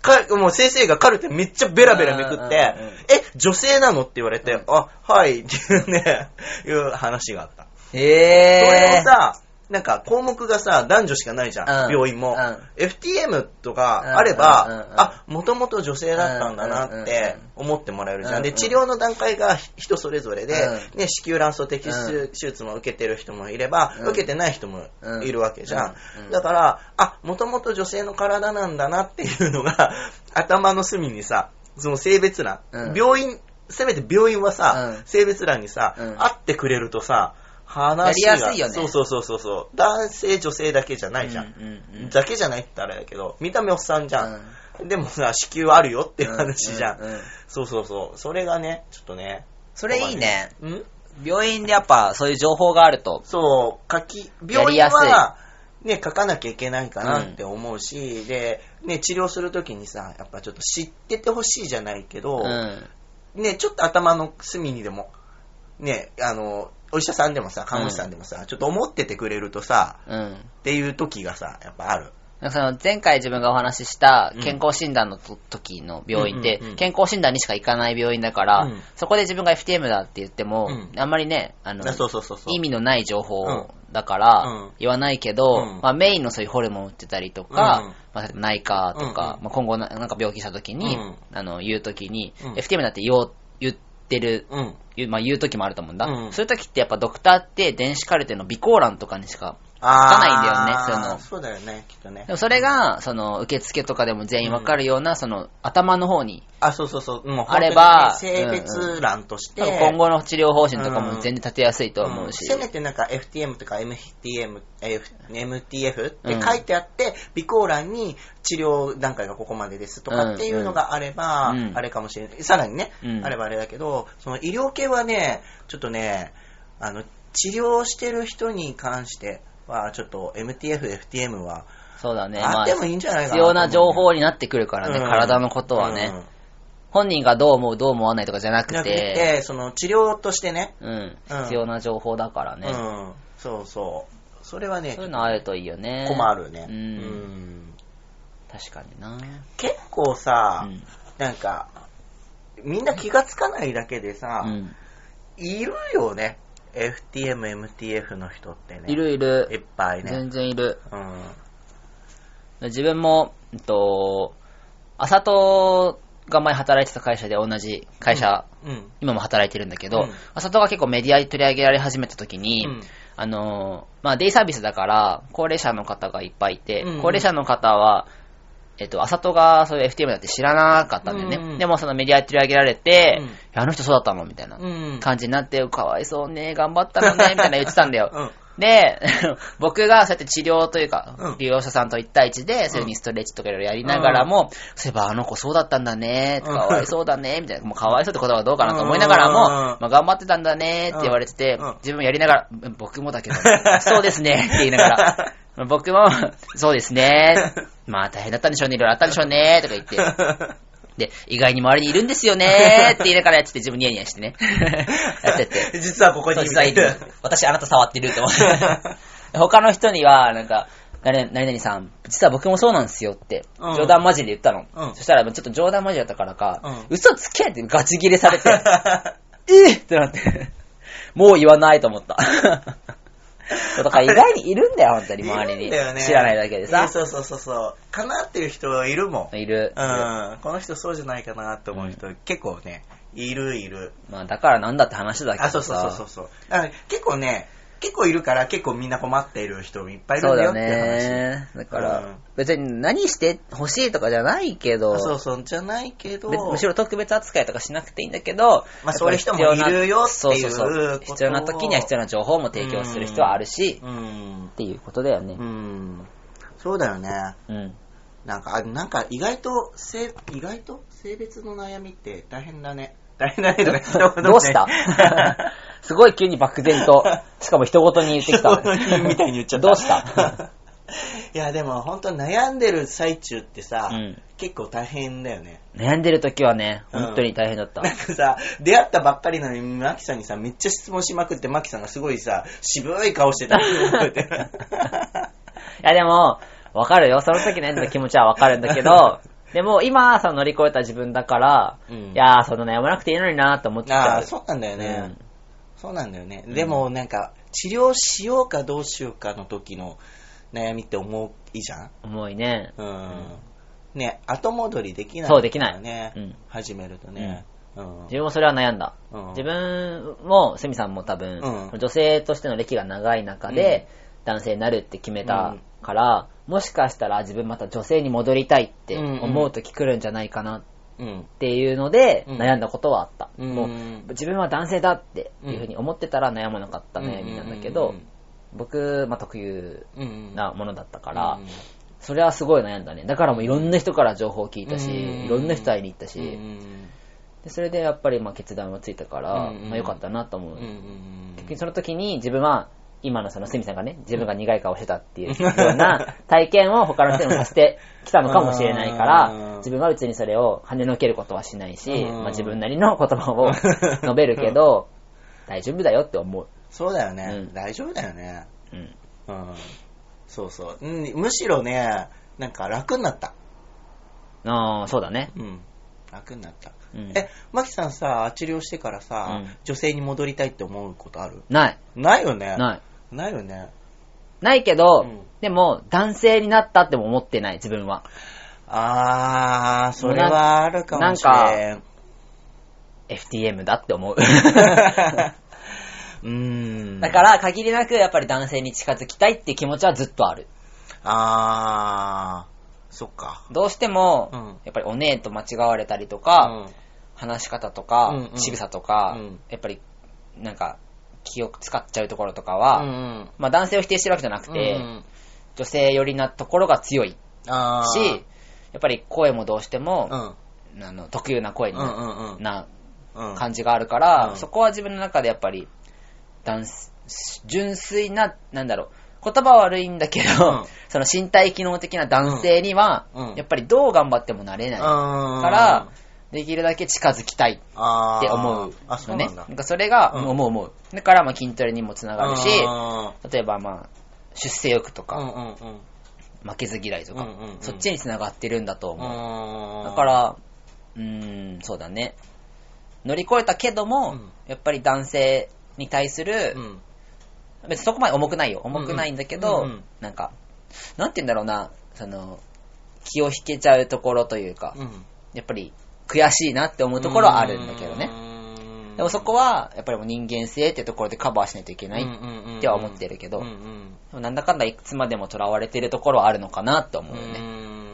[SPEAKER 1] かもう先生がカルテめっちゃベラベラめくって、
[SPEAKER 2] うんうんうん
[SPEAKER 1] え、女性なのって言われて、
[SPEAKER 2] うん
[SPEAKER 1] あ、はいっていうね、いう話があった。
[SPEAKER 2] へ
[SPEAKER 1] それを
[SPEAKER 2] ぇー。
[SPEAKER 1] さ、なんか項目がさ、男女しかないじゃん、
[SPEAKER 2] うん
[SPEAKER 1] 病院も、
[SPEAKER 2] うん
[SPEAKER 1] FTM とかあれば、
[SPEAKER 2] うんうんうんうん
[SPEAKER 1] あ、もともと女性だったんだなって思ってもらえるじゃん。
[SPEAKER 2] うんうん
[SPEAKER 1] で、治療の段階が人それぞれで、
[SPEAKER 2] う
[SPEAKER 1] ね、子宮卵巣摘出
[SPEAKER 2] う
[SPEAKER 1] 手術も受けてる人もいれば、
[SPEAKER 2] うん
[SPEAKER 1] 受けてない人もいるわけじゃん。
[SPEAKER 2] うんうん
[SPEAKER 1] だから、あ、もともと女性の体なんだなっていうのが、 頭の隅にさ、その性別欄、
[SPEAKER 2] うん
[SPEAKER 1] 病院、せめて病院はさ、
[SPEAKER 2] うん
[SPEAKER 1] 性別欄にさ、
[SPEAKER 2] うん
[SPEAKER 1] 会ってくれるとさ、話が
[SPEAKER 2] やりやすいよね
[SPEAKER 1] そうそうそうそうそう。男性、女性だけじゃないじゃん。だけじゃないってあれだけど、見た目おっさんじゃん。でもさ、子宮あるよっていう話じゃん。
[SPEAKER 2] ううう
[SPEAKER 1] そうそうそう。それがね、ちょっとね。
[SPEAKER 2] それいいね。
[SPEAKER 1] ん
[SPEAKER 2] 病院でやっぱそういう情報があると。
[SPEAKER 1] そう、書き、
[SPEAKER 2] や
[SPEAKER 1] 病
[SPEAKER 2] り
[SPEAKER 1] 院
[SPEAKER 2] やすい
[SPEAKER 1] は、ね、書かなきゃいけないかなって思うし、で、ね、治療するときにさ、やっぱちょっと知っててほしいじゃないけど、
[SPEAKER 2] うん。
[SPEAKER 1] ね、ちょっと頭の隅にでも、ね、あの、お医者さんでもさ、看護師さんでもさ、ちょっと思っててくれるとさ、
[SPEAKER 2] うん。
[SPEAKER 1] っていう時がさ、やっぱある。
[SPEAKER 2] なんかその前回自分がお話しした健康診断のと時の病院って
[SPEAKER 1] うんうんうん、
[SPEAKER 2] 健康診断にしか行かない病院だから、
[SPEAKER 1] うん
[SPEAKER 2] そこで自分が FTM だって言っても、
[SPEAKER 1] うん
[SPEAKER 2] あんまりね、あの、
[SPEAKER 1] あそうそうそうそう。
[SPEAKER 2] 意味のない情報だか
[SPEAKER 1] うんう
[SPEAKER 2] ら
[SPEAKER 1] ん
[SPEAKER 2] 言わないけど、
[SPEAKER 1] うん
[SPEAKER 2] まあ、メインのそういうホルモン売ってたりと
[SPEAKER 1] うん
[SPEAKER 2] か、まあ例えば内科とか、
[SPEAKER 1] うんうん
[SPEAKER 2] まあ、今後ななんか病気した時に、
[SPEAKER 1] うん
[SPEAKER 2] あの言う時に、
[SPEAKER 1] うん
[SPEAKER 2] FTM だって言おう言ってる、
[SPEAKER 1] うん。
[SPEAKER 2] 言うまあ、言う時もあると思うんだ、
[SPEAKER 1] うん
[SPEAKER 2] そういう時ってやっぱドクターって電子カルテの備考欄とかにしか
[SPEAKER 1] あ
[SPEAKER 2] 書かないんだよねそういうの
[SPEAKER 1] そうだよね、きっとね
[SPEAKER 2] で。もそれがその受付とかでも全員わかるような、その頭の方に
[SPEAKER 1] あ、そうそうそう。もう本当にね
[SPEAKER 2] あれば
[SPEAKER 1] 性別欄として、
[SPEAKER 2] 今後の治療方針とかも全然立てやすいと思うし、
[SPEAKER 1] せめてなんか FTM とか MTM、F MTF って書いてあって、備考欄に治療段階がここまでですとかっていうのがあれば、
[SPEAKER 2] うん
[SPEAKER 1] あれかもしれない。さらにね、
[SPEAKER 2] うん
[SPEAKER 1] あればあれだけど、その医療系はね、ちょっとね、あの、治療してる人に関しては、ちょっと MTF、FTM は、
[SPEAKER 2] そうだね、
[SPEAKER 1] あってもいいんじゃないかな
[SPEAKER 2] 必要な情報になってくるからね、
[SPEAKER 1] うん
[SPEAKER 2] 体のことはね、
[SPEAKER 1] うん
[SPEAKER 2] 本人がどう思う、どう思わないとかじゃなく
[SPEAKER 1] じゃなく
[SPEAKER 2] て、
[SPEAKER 1] て、その治療としてね、
[SPEAKER 2] うん、
[SPEAKER 1] うん
[SPEAKER 2] 必要な情報だからね。
[SPEAKER 1] うん、そうそう。それはね、
[SPEAKER 2] そういうのあるといいよね。
[SPEAKER 1] 困るね。
[SPEAKER 2] うん
[SPEAKER 1] うん
[SPEAKER 2] 確かにな。
[SPEAKER 1] 結構さ、
[SPEAKER 2] うん
[SPEAKER 1] なんか、みんな気がつかないだけでさ、
[SPEAKER 2] うん
[SPEAKER 1] いるよね。FTM、MTF の人ってね。
[SPEAKER 2] いるい
[SPEAKER 1] いっ
[SPEAKER 2] る。
[SPEAKER 1] ぱいね
[SPEAKER 2] 全。然いる。
[SPEAKER 1] うん。
[SPEAKER 2] 自分も、うんと、朝とが前働いてた会社で同じ会社、
[SPEAKER 1] うん。
[SPEAKER 2] 今も働いてるんだけ
[SPEAKER 1] う
[SPEAKER 2] ど、
[SPEAKER 1] ん
[SPEAKER 2] 朝とが結構メディアに取り上げられ始めた時に、
[SPEAKER 1] うん
[SPEAKER 2] あのーまあ、デイサービスだから、高齢者の方がいっぱいいて、
[SPEAKER 1] うんうん
[SPEAKER 2] 高齢者の方は、えっと、朝とがそういう FTM だって知らなかったんだよね。
[SPEAKER 1] うんうん
[SPEAKER 2] でもそのメディアに取り上げられて、
[SPEAKER 1] うん
[SPEAKER 2] いやあの人そうだったのみたいな
[SPEAKER 1] うん。
[SPEAKER 2] 感じになって、かわいそうね、頑張ったのね、みたいな言ってたん だよ。
[SPEAKER 1] うん
[SPEAKER 2] で、 僕がそうやって治療というか、
[SPEAKER 1] うん
[SPEAKER 2] 利用者さんと一対一で、そういうふうにストレッチとかいろいろやりながらも、そういえばあの子そうだったんだね、
[SPEAKER 1] うん
[SPEAKER 2] かわいそうだね、みたいな、もうかわいそうって言葉はどうかなと思いながらも、
[SPEAKER 1] うん
[SPEAKER 2] まあ頑張ってたんだねって言われてて、
[SPEAKER 1] うんうん
[SPEAKER 2] 自分もやりながら、うん僕もだけど、そうですねって言いなが ら、まあ僕も、そうですね、まあ大変だったんでしょうね、いろいろあったんでしょうね、とか言って、で、意外に周りにいるんですよねって言いながらやってて、自分ニヤニ ヤしてね、やってて。
[SPEAKER 1] 実はここに
[SPEAKER 2] そう実際いる。私、あなた触ってるって 思って。他の人には、なんか、何何々さん、実は僕もそうなんですよって、
[SPEAKER 1] うん
[SPEAKER 2] 冗談交じりで言ったの。
[SPEAKER 1] うん
[SPEAKER 2] そしたら、ちょっと冗談交じりだったからか、
[SPEAKER 1] う
[SPEAKER 2] 嘘つけってガチギレされ て、えっってなって、もう言わないと思った。とか、意外にいるんだよ、本当に周り
[SPEAKER 1] いる
[SPEAKER 2] に。
[SPEAKER 1] んだよね
[SPEAKER 2] 知らないだけでさ
[SPEAKER 1] ね。そうそうそうそう。かなってる人いるもん。
[SPEAKER 2] いる。
[SPEAKER 1] うん。この人そうじゃないかなって思う人、結構ね、いるいる。
[SPEAKER 2] まあ、だからなんだって話だけどさ。
[SPEAKER 1] あ、そうそうそうそうそう。だから結構ね、結構いるから結構みんな困っている人もいっぱいいる
[SPEAKER 2] そ
[SPEAKER 1] ん
[SPEAKER 2] う
[SPEAKER 1] だ
[SPEAKER 2] だ
[SPEAKER 1] よ
[SPEAKER 2] よ
[SPEAKER 1] って話。
[SPEAKER 2] ね。だか
[SPEAKER 1] うん
[SPEAKER 2] ら、別に何して欲しいとかじゃないけど、
[SPEAKER 1] あそうそう、じゃないけど、
[SPEAKER 2] 別むしろ特別扱いとかしなくていいんだけど、
[SPEAKER 1] まあ
[SPEAKER 2] やっぱり
[SPEAKER 1] そういう人も
[SPEAKER 2] 必要ない
[SPEAKER 1] るよっていう
[SPEAKER 2] そうそうそう
[SPEAKER 1] ことを
[SPEAKER 2] 必要な時には必要な情報も提供する人はあるし、
[SPEAKER 1] うん
[SPEAKER 2] っ。ていうことだよね
[SPEAKER 1] う。ん。そうだよね。
[SPEAKER 2] うん。
[SPEAKER 1] なんか、あなんか意外と、性、意外と性別の悩みって大変だね。大変だ ねとか一言
[SPEAKER 2] どうした
[SPEAKER 1] ね
[SPEAKER 2] すごい急に漠然と、しかも一言に言ってきた。
[SPEAKER 1] 人のみたいに言っちゃった。
[SPEAKER 2] どうした
[SPEAKER 1] いや、でも本当悩んでる最中ってさ、
[SPEAKER 2] うん
[SPEAKER 1] 結構大変だよね。
[SPEAKER 2] 悩んでる時はね、
[SPEAKER 1] うん
[SPEAKER 2] 本当に大変だった。
[SPEAKER 1] なんかさ、出会ったばっかりなのに、マキさんにさ、めっちゃ質問しまくって、マキさんがすごいさ、渋い顔して た。
[SPEAKER 2] いやでも、わかるよ。その時悩んでた気持ちはわかるんだ けど、でも今、その乗り越えた自分だから、
[SPEAKER 1] うん
[SPEAKER 2] いやー、その悩まなくていいのになーと思っち
[SPEAKER 1] あ
[SPEAKER 2] ゃ
[SPEAKER 1] あ、
[SPEAKER 2] う。
[SPEAKER 1] そうなんだよね。そうなんだよね。
[SPEAKER 2] うん
[SPEAKER 1] でもなんか、治療しようかどうしようかの時の悩みって重いじゃん
[SPEAKER 2] 重いね。
[SPEAKER 1] うん。ね、後戻りできない、
[SPEAKER 2] そうできない
[SPEAKER 1] ね、
[SPEAKER 2] うん
[SPEAKER 1] 始めるとね。うん。
[SPEAKER 2] 自分もそれは悩んだ。
[SPEAKER 1] うん
[SPEAKER 2] 自分も、セミさんも多分、
[SPEAKER 1] うん
[SPEAKER 2] 女性としての歴が長い中で、男性になるって決めたから、もしかしたら自分また女性に戻りたいって思う時来るんじゃないかな
[SPEAKER 1] うん。
[SPEAKER 2] っていうので、
[SPEAKER 1] うん
[SPEAKER 2] 悩んだことはあった。
[SPEAKER 1] うん
[SPEAKER 2] もう自分は男性だっていうふうに思ってたら悩まなかった悩みなんだけど、僕、まあ、特有
[SPEAKER 1] うん、うん。
[SPEAKER 2] なものだったから、
[SPEAKER 1] うん
[SPEAKER 2] それはすごい悩んだね。だからもういろんな人から情報を聞いたし、
[SPEAKER 1] うん
[SPEAKER 2] いろんな人会いに行ったし、
[SPEAKER 1] うん
[SPEAKER 2] でそれでやっぱりまあ決断はついたから、
[SPEAKER 1] うん
[SPEAKER 2] まあ、よかったなと思う。
[SPEAKER 1] うんうん
[SPEAKER 2] 結局その時に自分は、今のそのスミさんがね、自分が苦い顔してたっていうような 体験を他の人にもさせてきたのかもしれないか
[SPEAKER 1] うん
[SPEAKER 2] ら、自分は別にそれを跳ねのけることはしないし、
[SPEAKER 1] うん
[SPEAKER 2] まあ、自分なりの言葉を述べるけど、大丈夫だよって思う。
[SPEAKER 1] そうだよね、
[SPEAKER 2] うん
[SPEAKER 1] 大丈夫だよね。
[SPEAKER 2] うん。
[SPEAKER 1] うん。そうそう。うんむしろね、なんか楽になった。
[SPEAKER 2] ああ、そうだね。
[SPEAKER 1] うん。楽になった。
[SPEAKER 2] うん、
[SPEAKER 1] え、マキさんさ、治療してからさ、
[SPEAKER 2] うん
[SPEAKER 1] 女性に戻りたいって思うことある
[SPEAKER 2] ない。
[SPEAKER 1] ないよね。
[SPEAKER 2] ない。
[SPEAKER 1] い。よね。
[SPEAKER 2] ないけど、
[SPEAKER 1] うん
[SPEAKER 2] でも、男性になったっても思ってない、自分は。
[SPEAKER 1] あー、それはあるかもしれん。
[SPEAKER 2] FTM だって思う。
[SPEAKER 1] うーん。
[SPEAKER 2] だから、限りなくやっぱり男性に近づきたいって気持ちはずっとある。
[SPEAKER 1] あー、そっか。
[SPEAKER 2] どうしても、
[SPEAKER 1] うん
[SPEAKER 2] やっぱりお姉と間違われたりとか、話し方とか、
[SPEAKER 1] うんうん
[SPEAKER 2] 仕草とか、
[SPEAKER 1] うん
[SPEAKER 2] やっぱり、なんか、気を使っちゃうところとか
[SPEAKER 1] う
[SPEAKER 2] は、
[SPEAKER 1] ん。うん。
[SPEAKER 2] まあ男性を否定してるわけじゃなくて、
[SPEAKER 1] うん、
[SPEAKER 2] 女性寄りなところが強いし、
[SPEAKER 1] あー、
[SPEAKER 2] やっぱり声もどうして
[SPEAKER 1] う
[SPEAKER 2] も、
[SPEAKER 1] ん。
[SPEAKER 2] あの特有な声に
[SPEAKER 1] うんう
[SPEAKER 2] な,、
[SPEAKER 1] んうん。うん
[SPEAKER 2] 感じがあるから、
[SPEAKER 1] うん
[SPEAKER 2] そこは自分の中でやっぱり、男性純粋な、なんだろう、言葉は悪いんだけど、
[SPEAKER 1] うん
[SPEAKER 2] その身体機能的な男性には、
[SPEAKER 1] うん
[SPEAKER 2] やっぱりどう頑張ってもなれない。か、、
[SPEAKER 1] から
[SPEAKER 2] できるだけ近づきたいっ
[SPEAKER 1] って
[SPEAKER 2] 思う。
[SPEAKER 1] あ、そうなんだ。
[SPEAKER 2] んかそれが、
[SPEAKER 1] うん
[SPEAKER 2] 思う思う。だから、まあ筋トレにもつながるし、
[SPEAKER 1] あ
[SPEAKER 2] 例えばまあ、出世欲と
[SPEAKER 1] ーうん
[SPEAKER 2] か、
[SPEAKER 1] うんうん
[SPEAKER 2] 負けず嫌いとか、
[SPEAKER 1] うんうんうん
[SPEAKER 2] そっちにつながってるんだと思う。
[SPEAKER 1] うん
[SPEAKER 2] だか、ら、うーん、そうだね。乗り越えたけども、
[SPEAKER 1] うん
[SPEAKER 2] やっぱり男性に対する、
[SPEAKER 1] うん
[SPEAKER 2] 別にそこまで重くないよ。重くないんだけ
[SPEAKER 1] う
[SPEAKER 2] ど、
[SPEAKER 1] んうん
[SPEAKER 2] なんか、なんて言うんだろうな、その、気を引けちゃうところというか、
[SPEAKER 1] うん
[SPEAKER 2] やっぱり悔しいなって思うところはあるんだけどね。。でもそこ
[SPEAKER 1] は
[SPEAKER 2] は、やっぱりもう人間性ってところでカバーしないといけない。で
[SPEAKER 1] っ
[SPEAKER 2] っては思ってるけど
[SPEAKER 1] うんうん
[SPEAKER 2] もなんだかんだいつまでも囚われてるところはあるのかなって思
[SPEAKER 1] う
[SPEAKER 2] うよね。
[SPEAKER 1] ん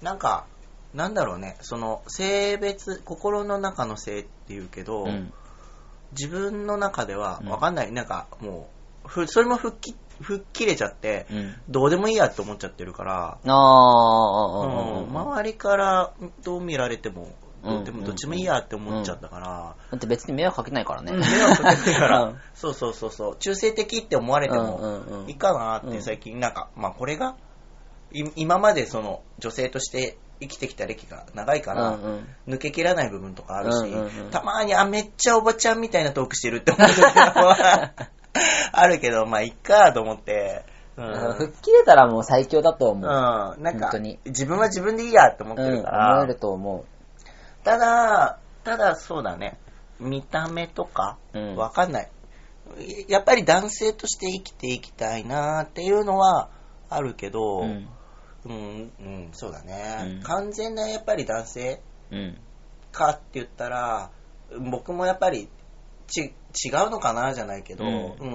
[SPEAKER 1] なんか、なんだろうね、その、性別、心の中の性って言うけど、
[SPEAKER 2] うん。
[SPEAKER 1] 自分の中では
[SPEAKER 2] うん
[SPEAKER 1] わかんない、なんかもう、ふそれも吹っき吹っ切れちゃって、
[SPEAKER 2] うん。
[SPEAKER 1] どうでもいいやって思っちゃってるから、
[SPEAKER 2] ああ、うん
[SPEAKER 1] うん周りからどう見られても、どうで
[SPEAKER 2] うん
[SPEAKER 1] も
[SPEAKER 2] うんうん
[SPEAKER 1] どっちもいいやって思っちゃったから、
[SPEAKER 2] だって別に迷惑かけないからね。
[SPEAKER 1] うん 迷惑かけてか
[SPEAKER 2] う
[SPEAKER 1] ら
[SPEAKER 2] ん、
[SPEAKER 1] そうそうそうそう、中性的って思われて
[SPEAKER 2] う
[SPEAKER 1] も
[SPEAKER 2] んうんうん
[SPEAKER 1] いいかなっ
[SPEAKER 2] う
[SPEAKER 1] て
[SPEAKER 2] ん
[SPEAKER 1] 最近、なんか、まあこれが、い今までその女性として生きてきた歴が長いから、
[SPEAKER 2] うんうん
[SPEAKER 1] 抜けきらない部分とかあるし、
[SPEAKER 2] うんうんうん
[SPEAKER 1] たまに、あ、めっちゃおばちゃんみたいなトークしてるって思う時は あるけど、まあいっかと思って、うん
[SPEAKER 2] うん吹っ切れたらもう最強だと
[SPEAKER 1] うん、
[SPEAKER 2] 思う。
[SPEAKER 1] なん
[SPEAKER 2] 本
[SPEAKER 1] か
[SPEAKER 2] 当に、
[SPEAKER 1] 自分は自分でいいやって思っ
[SPEAKER 2] う
[SPEAKER 1] て
[SPEAKER 2] ん、
[SPEAKER 1] るか
[SPEAKER 2] 思
[SPEAKER 1] ら、
[SPEAKER 2] えると思
[SPEAKER 1] ただ、ただそうだね、見た目とか、
[SPEAKER 2] うん
[SPEAKER 1] わかんない。やっぱり男性として生きていきたいなっていうのはあるけ
[SPEAKER 2] う。
[SPEAKER 1] ど、
[SPEAKER 2] う
[SPEAKER 1] うん、
[SPEAKER 2] ん。
[SPEAKER 1] うん、そうだね、
[SPEAKER 2] うん
[SPEAKER 1] 完全なやっぱり男性
[SPEAKER 2] うん。
[SPEAKER 1] かって言ったら、僕もやっぱりち違うのかなじゃないけど、
[SPEAKER 2] う
[SPEAKER 1] うんん、う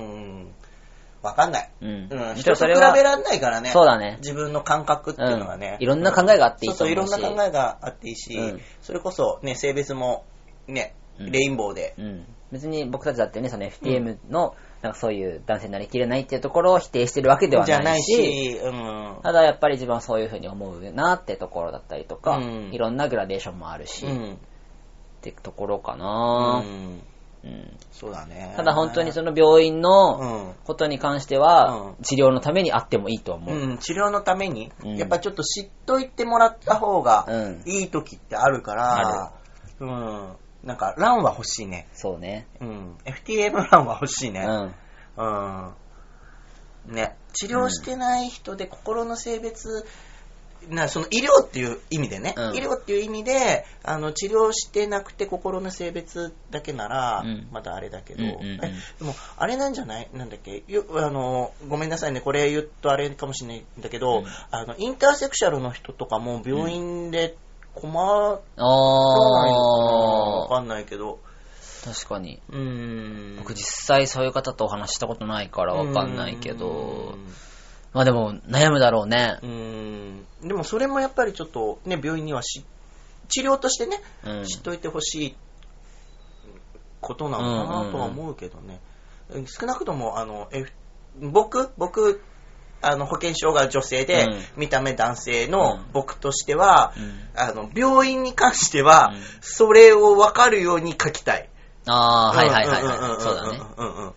[SPEAKER 1] んわかんない。
[SPEAKER 2] うん
[SPEAKER 1] うん、
[SPEAKER 2] 人
[SPEAKER 1] 人
[SPEAKER 2] そ
[SPEAKER 1] と
[SPEAKER 2] れ
[SPEAKER 1] 比べ
[SPEAKER 2] は
[SPEAKER 1] られないからね。
[SPEAKER 2] そうだね
[SPEAKER 1] 自分の感覚っていうのはね。
[SPEAKER 2] うんいろんな考えがあっていいと
[SPEAKER 1] そうそう、い
[SPEAKER 2] 思
[SPEAKER 1] うろ
[SPEAKER 2] し
[SPEAKER 1] んな考えがあっていいし、
[SPEAKER 2] うん
[SPEAKER 1] それこそね、性別もね、
[SPEAKER 2] うん
[SPEAKER 1] レインボーで。
[SPEAKER 2] うん、別に僕たちだってね、その FTM の、なんかそういう男性になりきれないっていうところを否定してるわけでは
[SPEAKER 1] じゃ
[SPEAKER 2] な
[SPEAKER 1] ないい
[SPEAKER 2] し、
[SPEAKER 1] し、うん。
[SPEAKER 2] ただやっぱり自分はそういうふうに思うなってところだったりとか、
[SPEAKER 1] うん
[SPEAKER 2] いろんなグラデーションもあるし、
[SPEAKER 1] う
[SPEAKER 2] っ
[SPEAKER 1] ん。
[SPEAKER 2] てところか
[SPEAKER 1] う
[SPEAKER 2] な、
[SPEAKER 1] ん。
[SPEAKER 2] うん
[SPEAKER 1] そうだね。
[SPEAKER 2] ただ本当にその病院の
[SPEAKER 1] の、
[SPEAKER 2] ことに関しては、
[SPEAKER 1] う
[SPEAKER 2] 治療のためにあってもいいと
[SPEAKER 1] う
[SPEAKER 2] 思う。
[SPEAKER 1] ん。うん、治療のために、
[SPEAKER 2] うん
[SPEAKER 1] やっぱちょっと知っといてもらった方
[SPEAKER 2] う
[SPEAKER 1] が
[SPEAKER 2] ん
[SPEAKER 1] いい時ってあるから、うん。なんか、ランは欲しいね。
[SPEAKER 2] そうね。
[SPEAKER 1] うん。FTM ランは欲しいうね。
[SPEAKER 2] ん。
[SPEAKER 1] うん。ね。治療してない人で心の性別なその医療っていう意味でね、
[SPEAKER 2] うん
[SPEAKER 1] 医療っていう意味であの治療してなくて心の性別だけなら、
[SPEAKER 2] うん
[SPEAKER 1] まだあれだけど、
[SPEAKER 2] うんうんうん
[SPEAKER 1] えでもあれなんじゃないなんだっけよあのごめんなさいねこれ言うとあれかもしれないんだけど、
[SPEAKER 2] うん
[SPEAKER 1] あのインターセクシャルの人とかも病院で困らないの
[SPEAKER 2] あ
[SPEAKER 1] か
[SPEAKER 2] ー、
[SPEAKER 1] なわかんないけど
[SPEAKER 2] 確かに。
[SPEAKER 1] うーん
[SPEAKER 2] 僕実際そういう方とお話ししたことないからわかんないけど
[SPEAKER 1] う、ん
[SPEAKER 2] まあでも悩むだろうね
[SPEAKER 1] う。んでもそれもやっぱりちょっとね、病院にはし治療としてね、
[SPEAKER 2] うん。
[SPEAKER 1] 知っといてほしいことなのかなとは思うけどね。少なくとも、あの、F、僕、僕、あの、保険証が女性で、
[SPEAKER 2] うん
[SPEAKER 1] 見た目男性
[SPEAKER 2] う
[SPEAKER 1] の
[SPEAKER 2] ん
[SPEAKER 1] 僕としては、
[SPEAKER 2] うん
[SPEAKER 1] あの、病院に関しては、
[SPEAKER 2] うん
[SPEAKER 1] それを分かるように書きたい。
[SPEAKER 2] ああ、はいはいは
[SPEAKER 1] ん
[SPEAKER 2] い
[SPEAKER 1] んんん
[SPEAKER 2] は
[SPEAKER 1] ん
[SPEAKER 2] い。そうだね。
[SPEAKER 1] うんうん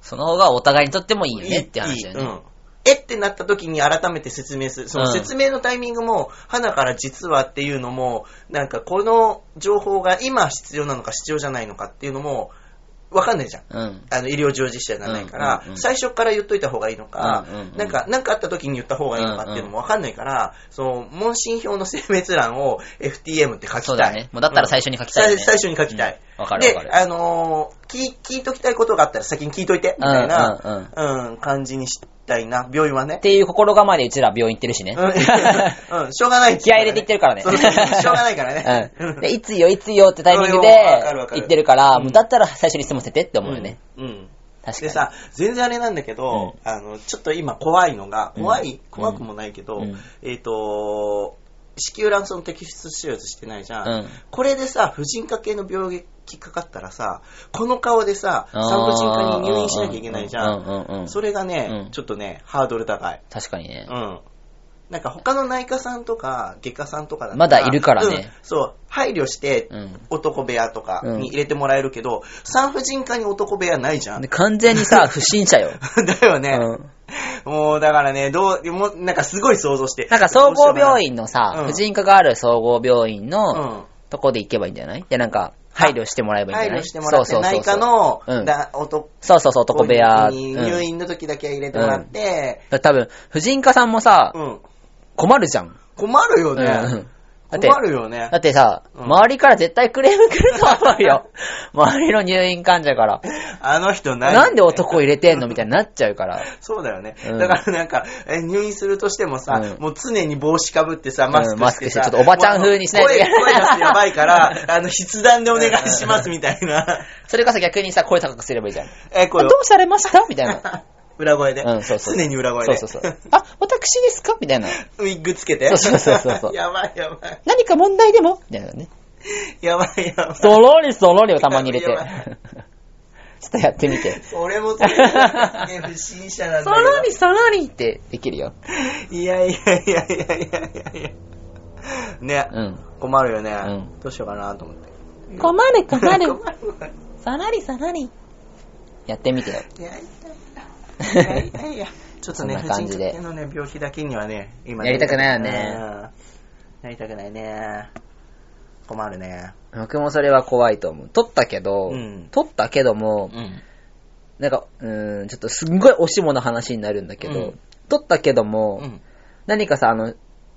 [SPEAKER 2] その方がお互いにとってもいいよねって話だよ
[SPEAKER 1] いいいいう
[SPEAKER 2] ね。
[SPEAKER 1] んえってなった時に改めて説明する。その
[SPEAKER 2] うん
[SPEAKER 1] 説明のタイミングも、花から実はっていうのも、なんかこの情報が今必要なのか必要じゃないのかっていうのも、わかんないじゃん。
[SPEAKER 2] うん。
[SPEAKER 1] あの、医療従事者じゃないから、
[SPEAKER 2] うんうんうん
[SPEAKER 1] 最初から言っといた方がいいのか、
[SPEAKER 2] うんうんうん
[SPEAKER 1] なんか、なんかあった時に言った方がいいのかっていうのもわかんないから、その、問診票の性別欄を FTM って書きたい。
[SPEAKER 2] そうだね。もうだったら最初に書きたいよね。
[SPEAKER 1] 最最初に書きたい。
[SPEAKER 2] うん。わかるわ
[SPEAKER 1] で
[SPEAKER 2] かる、。
[SPEAKER 1] あのー聞い、聞いときたいことがあったら先に聞いといて、みたいな、
[SPEAKER 2] うんうんうん
[SPEAKER 1] うん、感じにしたいな、病院はね
[SPEAKER 2] っ。ていう心構えでうちら病院行ってるしね。
[SPEAKER 1] うん、うんしょうがない
[SPEAKER 2] 気合入れていってるからね
[SPEAKER 1] そうそうしょうがないからね。
[SPEAKER 2] うん。で、いつよ、いつよってタイミングで
[SPEAKER 1] うんわかるわかる
[SPEAKER 2] 行ってるから、
[SPEAKER 1] うん
[SPEAKER 2] もうだったら最初に済ませてって思うよね。
[SPEAKER 1] うん。うん。
[SPEAKER 2] 確か
[SPEAKER 1] で
[SPEAKER 2] に。
[SPEAKER 1] さ、全然あれなんだけど、あの、ちょっと今怖いのが、
[SPEAKER 2] うん
[SPEAKER 1] 怖い、怖くもないけど、
[SPEAKER 2] うん
[SPEAKER 1] えっ、と、子宮卵巣の摘出手術してないじゃん。
[SPEAKER 2] うん
[SPEAKER 1] これでさ、婦人科系の病気かかったらさ、この顔でさ、産婦人科に入院しなきゃいけないじゃ。
[SPEAKER 2] うんんうんうん。
[SPEAKER 1] それがね、
[SPEAKER 2] うん
[SPEAKER 1] ちょっとね、ハードル高い。
[SPEAKER 2] 確かにね
[SPEAKER 1] う。ん。なんか他の内科さんとか外科さんとかだった
[SPEAKER 2] まだいるからね
[SPEAKER 1] うんそう、配慮して
[SPEAKER 2] うん。
[SPEAKER 1] 男部屋とかに入れてもらえるけど、産婦人科に男部屋ないじゃん
[SPEAKER 2] で。完全に さ、不審者よ。
[SPEAKER 1] だよね。
[SPEAKER 2] うん
[SPEAKER 1] もうだからね、どう、もうなんかすごい想像して。
[SPEAKER 2] なんか総合病院の
[SPEAKER 1] う
[SPEAKER 2] さ
[SPEAKER 1] ん、
[SPEAKER 2] 婦人科がある総合病院
[SPEAKER 1] どうしよう
[SPEAKER 2] の
[SPEAKER 1] かな、うん
[SPEAKER 2] とこで行けばいいんじゃないで、なんか、配慮してもらえばいい
[SPEAKER 1] 配
[SPEAKER 2] んじゃない
[SPEAKER 1] 慮してもらって、
[SPEAKER 2] そうそうそ
[SPEAKER 1] 内
[SPEAKER 2] うそ
[SPEAKER 1] 科
[SPEAKER 2] う
[SPEAKER 1] の、
[SPEAKER 2] うん
[SPEAKER 1] だ男
[SPEAKER 2] そうそうそう、男部屋。
[SPEAKER 1] に
[SPEAKER 2] うん
[SPEAKER 1] 入院の時だけは入れてもらって、
[SPEAKER 2] だ多分、婦人科さんもさ、
[SPEAKER 1] うん。
[SPEAKER 2] 困るじゃん。
[SPEAKER 1] 困るよ
[SPEAKER 2] うん
[SPEAKER 1] ね。
[SPEAKER 2] だって、
[SPEAKER 1] 困るよね
[SPEAKER 2] だ。ってさ、
[SPEAKER 1] うん
[SPEAKER 2] 周りから絶対クレーム来ると思う よ。周りの入院患者から。
[SPEAKER 1] あの人何
[SPEAKER 2] なんで男入れてんのみたいになっちゃう から。
[SPEAKER 1] そうだよね。
[SPEAKER 2] うん
[SPEAKER 1] だからなんか、え入院するとしてもさ、
[SPEAKER 2] うん
[SPEAKER 1] もう常に帽子かぶってさ、マス
[SPEAKER 2] うん
[SPEAKER 1] ク
[SPEAKER 2] マ
[SPEAKER 1] し
[SPEAKER 2] ス
[SPEAKER 1] て
[SPEAKER 2] クし
[SPEAKER 1] さ、
[SPEAKER 2] てちょっとおばちゃん風にしないといけない
[SPEAKER 1] もう声、声出すとやばいから、 あの、筆談でお願いしますみたいな。
[SPEAKER 2] それかさ、逆にさ、声高くすればいいじゃん。
[SPEAKER 1] え、こ
[SPEAKER 2] あ
[SPEAKER 1] れ
[SPEAKER 2] ど
[SPEAKER 1] を
[SPEAKER 2] うされましたみたいな。
[SPEAKER 1] 裏声で、
[SPEAKER 2] うん、そうそう。
[SPEAKER 1] 常に裏声で。
[SPEAKER 2] そうそうそう。あ、私ですかみたいな。
[SPEAKER 1] ウィッグつけて。
[SPEAKER 2] そうそうそうそ う
[SPEAKER 1] やばいやばい。
[SPEAKER 2] 何か問題でもみたいなね。
[SPEAKER 1] やばいやばい。
[SPEAKER 2] そろりそろりをたまに入れて
[SPEAKER 1] やばい。
[SPEAKER 2] ちょっとやってみ て。
[SPEAKER 1] 俺もそれ、ね、不審者なん
[SPEAKER 2] そろ
[SPEAKER 1] だ
[SPEAKER 2] りそろりってできるよ。
[SPEAKER 1] けど。いやいやいやいやいやいやいや。ね、
[SPEAKER 2] うん。
[SPEAKER 1] 困るよね、
[SPEAKER 2] うん
[SPEAKER 1] どうしようかなと思って。
[SPEAKER 2] 困る 困る。
[SPEAKER 1] 困る。
[SPEAKER 2] さらりさらり。やってみてよ。
[SPEAKER 1] いやいやいやいや いやちょっとね、
[SPEAKER 2] そん
[SPEAKER 1] 婦
[SPEAKER 2] な感じ
[SPEAKER 1] 人科
[SPEAKER 2] で
[SPEAKER 1] 系のね、病気だけにはね、今
[SPEAKER 2] やりたくないよね
[SPEAKER 1] うんやりたくないね。困るね。
[SPEAKER 2] 僕もそれは怖いと思う。撮ったけど、
[SPEAKER 1] うん
[SPEAKER 2] 撮ったけども、
[SPEAKER 1] ん。
[SPEAKER 2] なんか、うーん、ちょっとすんごいおしもの話になるんだけど、
[SPEAKER 1] うん
[SPEAKER 2] 撮ったけども、
[SPEAKER 1] うん。
[SPEAKER 2] 何かさ、あの、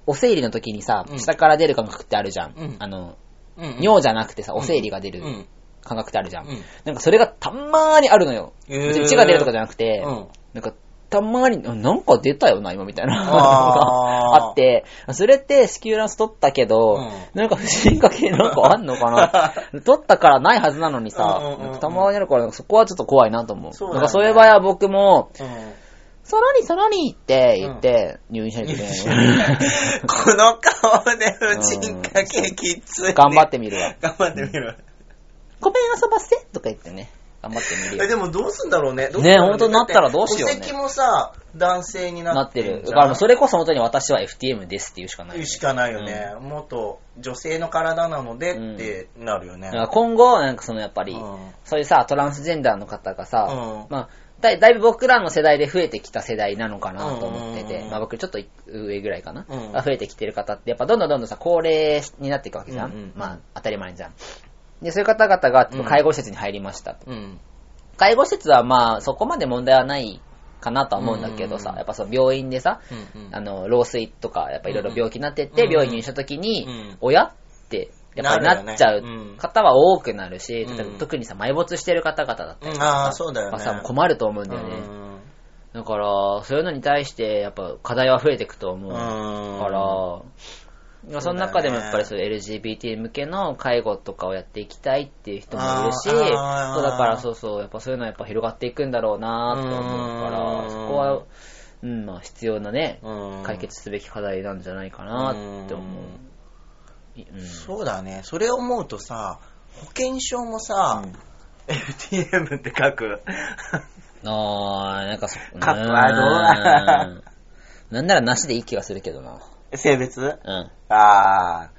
[SPEAKER 2] お生理の時にさ
[SPEAKER 1] う、ん
[SPEAKER 2] 下から出る感覚ってあるじゃん。
[SPEAKER 1] うん
[SPEAKER 2] あの、
[SPEAKER 1] うん
[SPEAKER 2] 尿じゃなくてさ、お生理が出る感覚ってあるじゃん。なんかそれがたまーにあるのよ。別に血が出るとかじ
[SPEAKER 1] ゃ
[SPEAKER 2] ゃなくて、
[SPEAKER 1] うん。
[SPEAKER 2] なんか、たまに、あなんか出たよな、今みたいな。
[SPEAKER 1] あー
[SPEAKER 2] あって、それって子宮卵巣取ったけど、
[SPEAKER 1] う
[SPEAKER 2] なんか不審科系なんかあんのか な取ったからないはずなのにさ、
[SPEAKER 1] うんうんうんうん
[SPEAKER 2] なんかたまにあるから、そこはちょっと怖いなと思う。
[SPEAKER 1] そうだ
[SPEAKER 2] な
[SPEAKER 1] よ
[SPEAKER 2] ん
[SPEAKER 1] ね
[SPEAKER 2] かそういう場合は僕も、
[SPEAKER 1] うん
[SPEAKER 2] そらりそらりって言って入院しないといけない。
[SPEAKER 1] この顔で婦人科系きつい、ね。
[SPEAKER 2] 頑張ってみるわ。
[SPEAKER 1] 頑張ってみる。
[SPEAKER 2] ごめん遊ばせとか言ってね、頑張ってみ
[SPEAKER 1] え、
[SPEAKER 2] るよ。
[SPEAKER 1] でもどうすんだろうね。
[SPEAKER 2] ねほんとなったらどうしようね
[SPEAKER 1] 席もさ、男性に
[SPEAKER 2] な
[SPEAKER 1] なっ
[SPEAKER 2] って
[SPEAKER 1] てる
[SPEAKER 2] る。
[SPEAKER 1] じゃ
[SPEAKER 2] だ
[SPEAKER 1] ん。
[SPEAKER 2] からもうそれこそ本当に私は FTM ですっていうしかないよね。
[SPEAKER 1] しかないよね、もっと女性の体なので
[SPEAKER 2] うん
[SPEAKER 1] ってなるよね
[SPEAKER 2] だか、ら今後、なんかそのやっぱり、
[SPEAKER 1] うん
[SPEAKER 2] そういうさ、トランスジェンダーの方がさ、
[SPEAKER 1] うん
[SPEAKER 2] まあだい、だいぶ僕らの世代で増えてきた世代なのかなと思っ
[SPEAKER 1] うん
[SPEAKER 2] て
[SPEAKER 1] うん
[SPEAKER 2] て
[SPEAKER 1] う、ん
[SPEAKER 2] まあ僕ちょっと上ぐらいかな、
[SPEAKER 1] うん
[SPEAKER 2] が増えてきてる方って、やっぱどんどんどんどんさ、高齢になっていくわけじゃん。
[SPEAKER 1] うんうん
[SPEAKER 2] まあ、当たり前じゃん。で、そういう方々が
[SPEAKER 1] うん
[SPEAKER 2] 介護施設に入りましたと。
[SPEAKER 1] うん
[SPEAKER 2] 介護施設はまあ、そこまで問題はないかなとは思うんだけど
[SPEAKER 1] うんうんう
[SPEAKER 2] さ
[SPEAKER 1] ん、
[SPEAKER 2] やっぱその病院でさ、
[SPEAKER 1] うんうん
[SPEAKER 2] あの、老衰とか、やっぱいろいろ病気になってっ
[SPEAKER 1] うん
[SPEAKER 2] て、
[SPEAKER 1] うん
[SPEAKER 2] 病院にした時に、
[SPEAKER 1] うん
[SPEAKER 2] 親って、やっぱり
[SPEAKER 1] なるよね
[SPEAKER 2] なっちゃう方は多くなるし、
[SPEAKER 1] うん
[SPEAKER 2] 例えば特にさ、埋没してる方々だったりとか
[SPEAKER 1] うんあ
[SPEAKER 2] さ
[SPEAKER 1] ーそうだよね
[SPEAKER 2] まさ困ると思うんだよね。だから、そういうのに対して、やっぱ課題は増えていくと思う。
[SPEAKER 1] うん
[SPEAKER 2] か
[SPEAKER 1] う
[SPEAKER 2] ら、まあその中でもやっぱりそういう LGBT 向けの介護とかをやっていきたいっていう人もいるし、そうだ
[SPEAKER 1] あー
[SPEAKER 2] からそうそう、やっぱそういうのはやっぱ広がっていくんだろうなと思うか
[SPEAKER 1] う
[SPEAKER 2] ら、
[SPEAKER 1] ん
[SPEAKER 2] そこは、うん、まあ必要なね、
[SPEAKER 1] んうん
[SPEAKER 2] 解決すべき課題なんじゃないかなって思う。いうん
[SPEAKER 1] そうだねそれを思うとさ保険証もさ、
[SPEAKER 2] うん
[SPEAKER 1] FTM って書く
[SPEAKER 2] あー、なんかそ、
[SPEAKER 1] カップはどう
[SPEAKER 2] うんなんならなしでいい気がするけどな。
[SPEAKER 1] 性別
[SPEAKER 2] うん。
[SPEAKER 1] ああ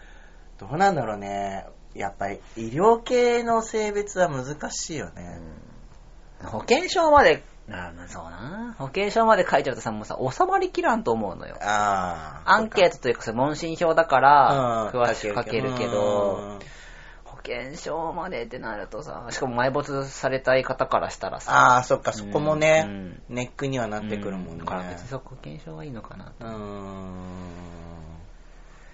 [SPEAKER 1] どうなんだろうねやっぱり医療系の性別は難しいよね、
[SPEAKER 2] 保険証まで、あまあそうな。保険証まで書いちゃうとさ、もうさ、収まりきらんと思うのよ。
[SPEAKER 1] ああ
[SPEAKER 2] アンケートというかさ、問診票だから、詳しく書けるけど、保険証までってなるとさ、しかも埋没されたい方からしたらさ、
[SPEAKER 1] ああそっかそこもね、
[SPEAKER 2] うん
[SPEAKER 1] ネックにはなってくるもん
[SPEAKER 2] う
[SPEAKER 1] ね
[SPEAKER 2] だから別にそこ保険証はいいのかな。
[SPEAKER 1] うーん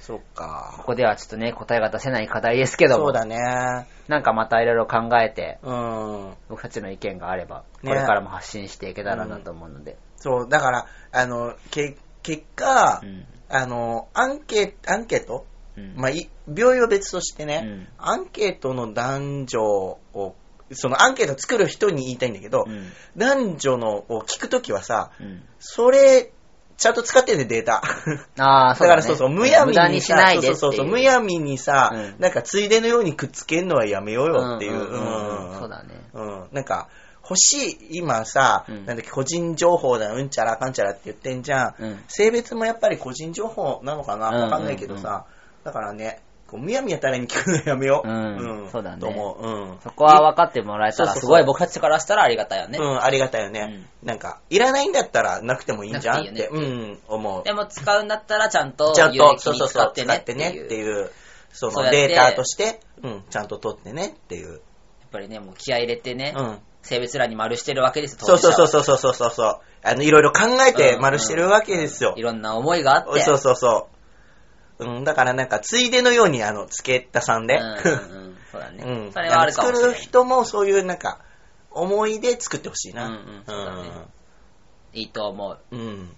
[SPEAKER 1] そっ
[SPEAKER 2] こ
[SPEAKER 1] か
[SPEAKER 2] こではちょっとね、答えが出せない課題ですけど
[SPEAKER 1] そう
[SPEAKER 2] も、
[SPEAKER 1] だね
[SPEAKER 2] なんかまたいろいろ考えて、
[SPEAKER 1] うん
[SPEAKER 2] 僕たちの意見があれば、こ
[SPEAKER 1] ね
[SPEAKER 2] れからも発信していけたらなと思うので。
[SPEAKER 1] そうだからあのけ結果、
[SPEAKER 2] うん
[SPEAKER 1] あのアンケアンケート、
[SPEAKER 2] うん
[SPEAKER 1] まあ、い病院は別としてね、
[SPEAKER 2] うん
[SPEAKER 1] アンケートの男女をそのアンケート作る人に言いたいんだけど、
[SPEAKER 2] うん
[SPEAKER 1] 男女のを聞くときはさ
[SPEAKER 2] うん
[SPEAKER 1] それちゃんと使ってねデータ
[SPEAKER 2] ああ、
[SPEAKER 1] だからそうそう、むやみ
[SPEAKER 2] 無駄
[SPEAKER 1] に
[SPEAKER 2] にし
[SPEAKER 1] さ
[SPEAKER 2] ないでってい
[SPEAKER 1] そうそうそう、むやみにさ、
[SPEAKER 2] うん
[SPEAKER 1] なんかついでのようにくっつけるのはやめようよっていう。
[SPEAKER 2] んんん
[SPEAKER 1] うん
[SPEAKER 2] そうだね。
[SPEAKER 1] うん。なんか、欲しい、今さ、
[SPEAKER 2] うん
[SPEAKER 1] なんだっけ、個人情報だ、うんちゃらかんちゃらって言ってんじゃん。
[SPEAKER 2] うん
[SPEAKER 1] 性別もやっぱり個人情報なのかな
[SPEAKER 2] うんうんうん
[SPEAKER 1] わかんないけどさ。だからね、こうむやみやたらに聞くのやめよう。
[SPEAKER 2] うんそうだね
[SPEAKER 1] と思う。うん。
[SPEAKER 2] そこは分かってもらえた
[SPEAKER 1] そう
[SPEAKER 2] ら、
[SPEAKER 1] そうそう
[SPEAKER 2] すごい僕たちからしたらありがたいよね
[SPEAKER 1] う。ん、ありがたいよね、なんか、いらないんだったらなくてもいいんじゃんって、
[SPEAKER 2] なくていいよ
[SPEAKER 1] うん、思う。
[SPEAKER 2] でも使うんだったらちゃんと
[SPEAKER 1] ちゃん
[SPEAKER 2] 有益
[SPEAKER 1] と、
[SPEAKER 2] に
[SPEAKER 1] そうそう
[SPEAKER 2] 使
[SPEAKER 1] そう
[SPEAKER 2] っ、て
[SPEAKER 1] 使
[SPEAKER 2] ね
[SPEAKER 1] っ
[SPEAKER 2] って
[SPEAKER 1] て
[SPEAKER 2] いう。
[SPEAKER 1] ねって
[SPEAKER 2] やっ
[SPEAKER 1] いう、そ
[SPEAKER 2] そ
[SPEAKER 1] の
[SPEAKER 2] うやって
[SPEAKER 1] データとして、うん、ちゃんと取ってねっていう。
[SPEAKER 2] ぱりね、もう気合い入れてね、
[SPEAKER 1] うん。
[SPEAKER 2] 性別欄に丸してるわけですよ、
[SPEAKER 1] そうそうそう
[SPEAKER 2] う。
[SPEAKER 1] そうそうそうそうそう。あの、いろいろ考えて丸してるわけですよ
[SPEAKER 2] い。ろんな思いがあって。
[SPEAKER 1] そうそうそう。うん、だからなんか、ついでのように、あの、付け足さんで。
[SPEAKER 2] うんうんうんそうだね。
[SPEAKER 1] うん。
[SPEAKER 2] それはあるかもしれ
[SPEAKER 1] 作
[SPEAKER 2] な
[SPEAKER 1] る
[SPEAKER 2] い。
[SPEAKER 1] 人もそういうなんか、思いで作ってほしいな。
[SPEAKER 2] うんうんそうだねいいと思う。
[SPEAKER 1] うん。うん。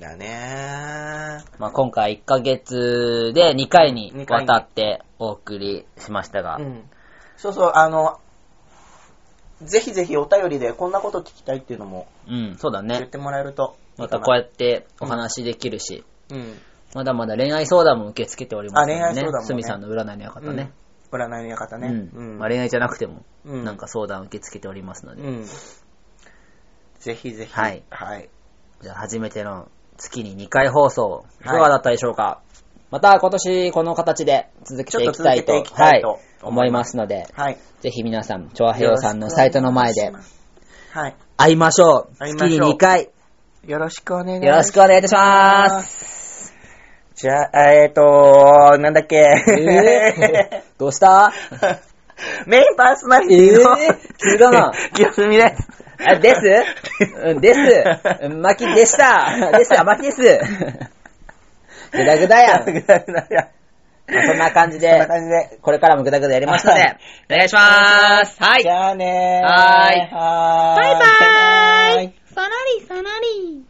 [SPEAKER 1] だね
[SPEAKER 2] まあ、今回1ヶ月で2回
[SPEAKER 1] 二
[SPEAKER 2] に
[SPEAKER 1] 回
[SPEAKER 2] わ
[SPEAKER 1] に
[SPEAKER 2] たってお送りしましたが、
[SPEAKER 1] うん。そうそう、あの、ぜひぜひお便りでこんなこと聞きたいっていうのも
[SPEAKER 2] うん、そうだ
[SPEAKER 1] 言っ
[SPEAKER 2] ね。
[SPEAKER 1] てもらえるといい
[SPEAKER 2] ま
[SPEAKER 1] かな。
[SPEAKER 2] たこうやってお話できるし、
[SPEAKER 1] うん。
[SPEAKER 2] まだまだ恋愛相談も受け付けておりますので、ね。
[SPEAKER 1] あ恋愛相談もね
[SPEAKER 2] すみさんの占いの館ね。
[SPEAKER 1] うん。占いの館ね。
[SPEAKER 2] うん
[SPEAKER 1] うん
[SPEAKER 2] まあ、恋愛じゃなくても、
[SPEAKER 1] うん
[SPEAKER 2] なんか相談受け付けておりますので、
[SPEAKER 1] うん。ぜひぜひ。
[SPEAKER 2] はい
[SPEAKER 1] はい。
[SPEAKER 2] じゃあ初めての月に2回放送、い
[SPEAKER 1] はい
[SPEAKER 2] かがだったでしょうか、また今年この形で続けていきたいと
[SPEAKER 1] ちょっと続けていきたいと
[SPEAKER 2] はい、思いますので、
[SPEAKER 1] はい。
[SPEAKER 2] ぜひ皆さん、調和平洋さんのサイトの前で
[SPEAKER 1] はい。
[SPEAKER 2] 会いましょう。
[SPEAKER 1] 会いましょう
[SPEAKER 2] 月に2回、
[SPEAKER 1] よろしくお願い
[SPEAKER 2] よろしくお願いいたします。
[SPEAKER 1] じゃあ、えっ、ー、となんだっけ。
[SPEAKER 2] えー どうした
[SPEAKER 1] メインパーソナリティの、
[SPEAKER 2] えー急だな
[SPEAKER 1] 清澄です。
[SPEAKER 2] あですうんです。うん巻きでした。です。あ、巻きです。ぐだぐだやん。
[SPEAKER 1] ぐだぐだや
[SPEAKER 2] まあそんな感じ
[SPEAKER 1] そんな
[SPEAKER 2] で、
[SPEAKER 1] 感じで。
[SPEAKER 2] これからもぐだぐだやりますの
[SPEAKER 1] はい
[SPEAKER 2] で、お願いします。はい
[SPEAKER 1] じ。ゃあねー。
[SPEAKER 2] はーい
[SPEAKER 1] はー
[SPEAKER 3] バイバーイ
[SPEAKER 1] バイバーイ
[SPEAKER 3] さらりさらり。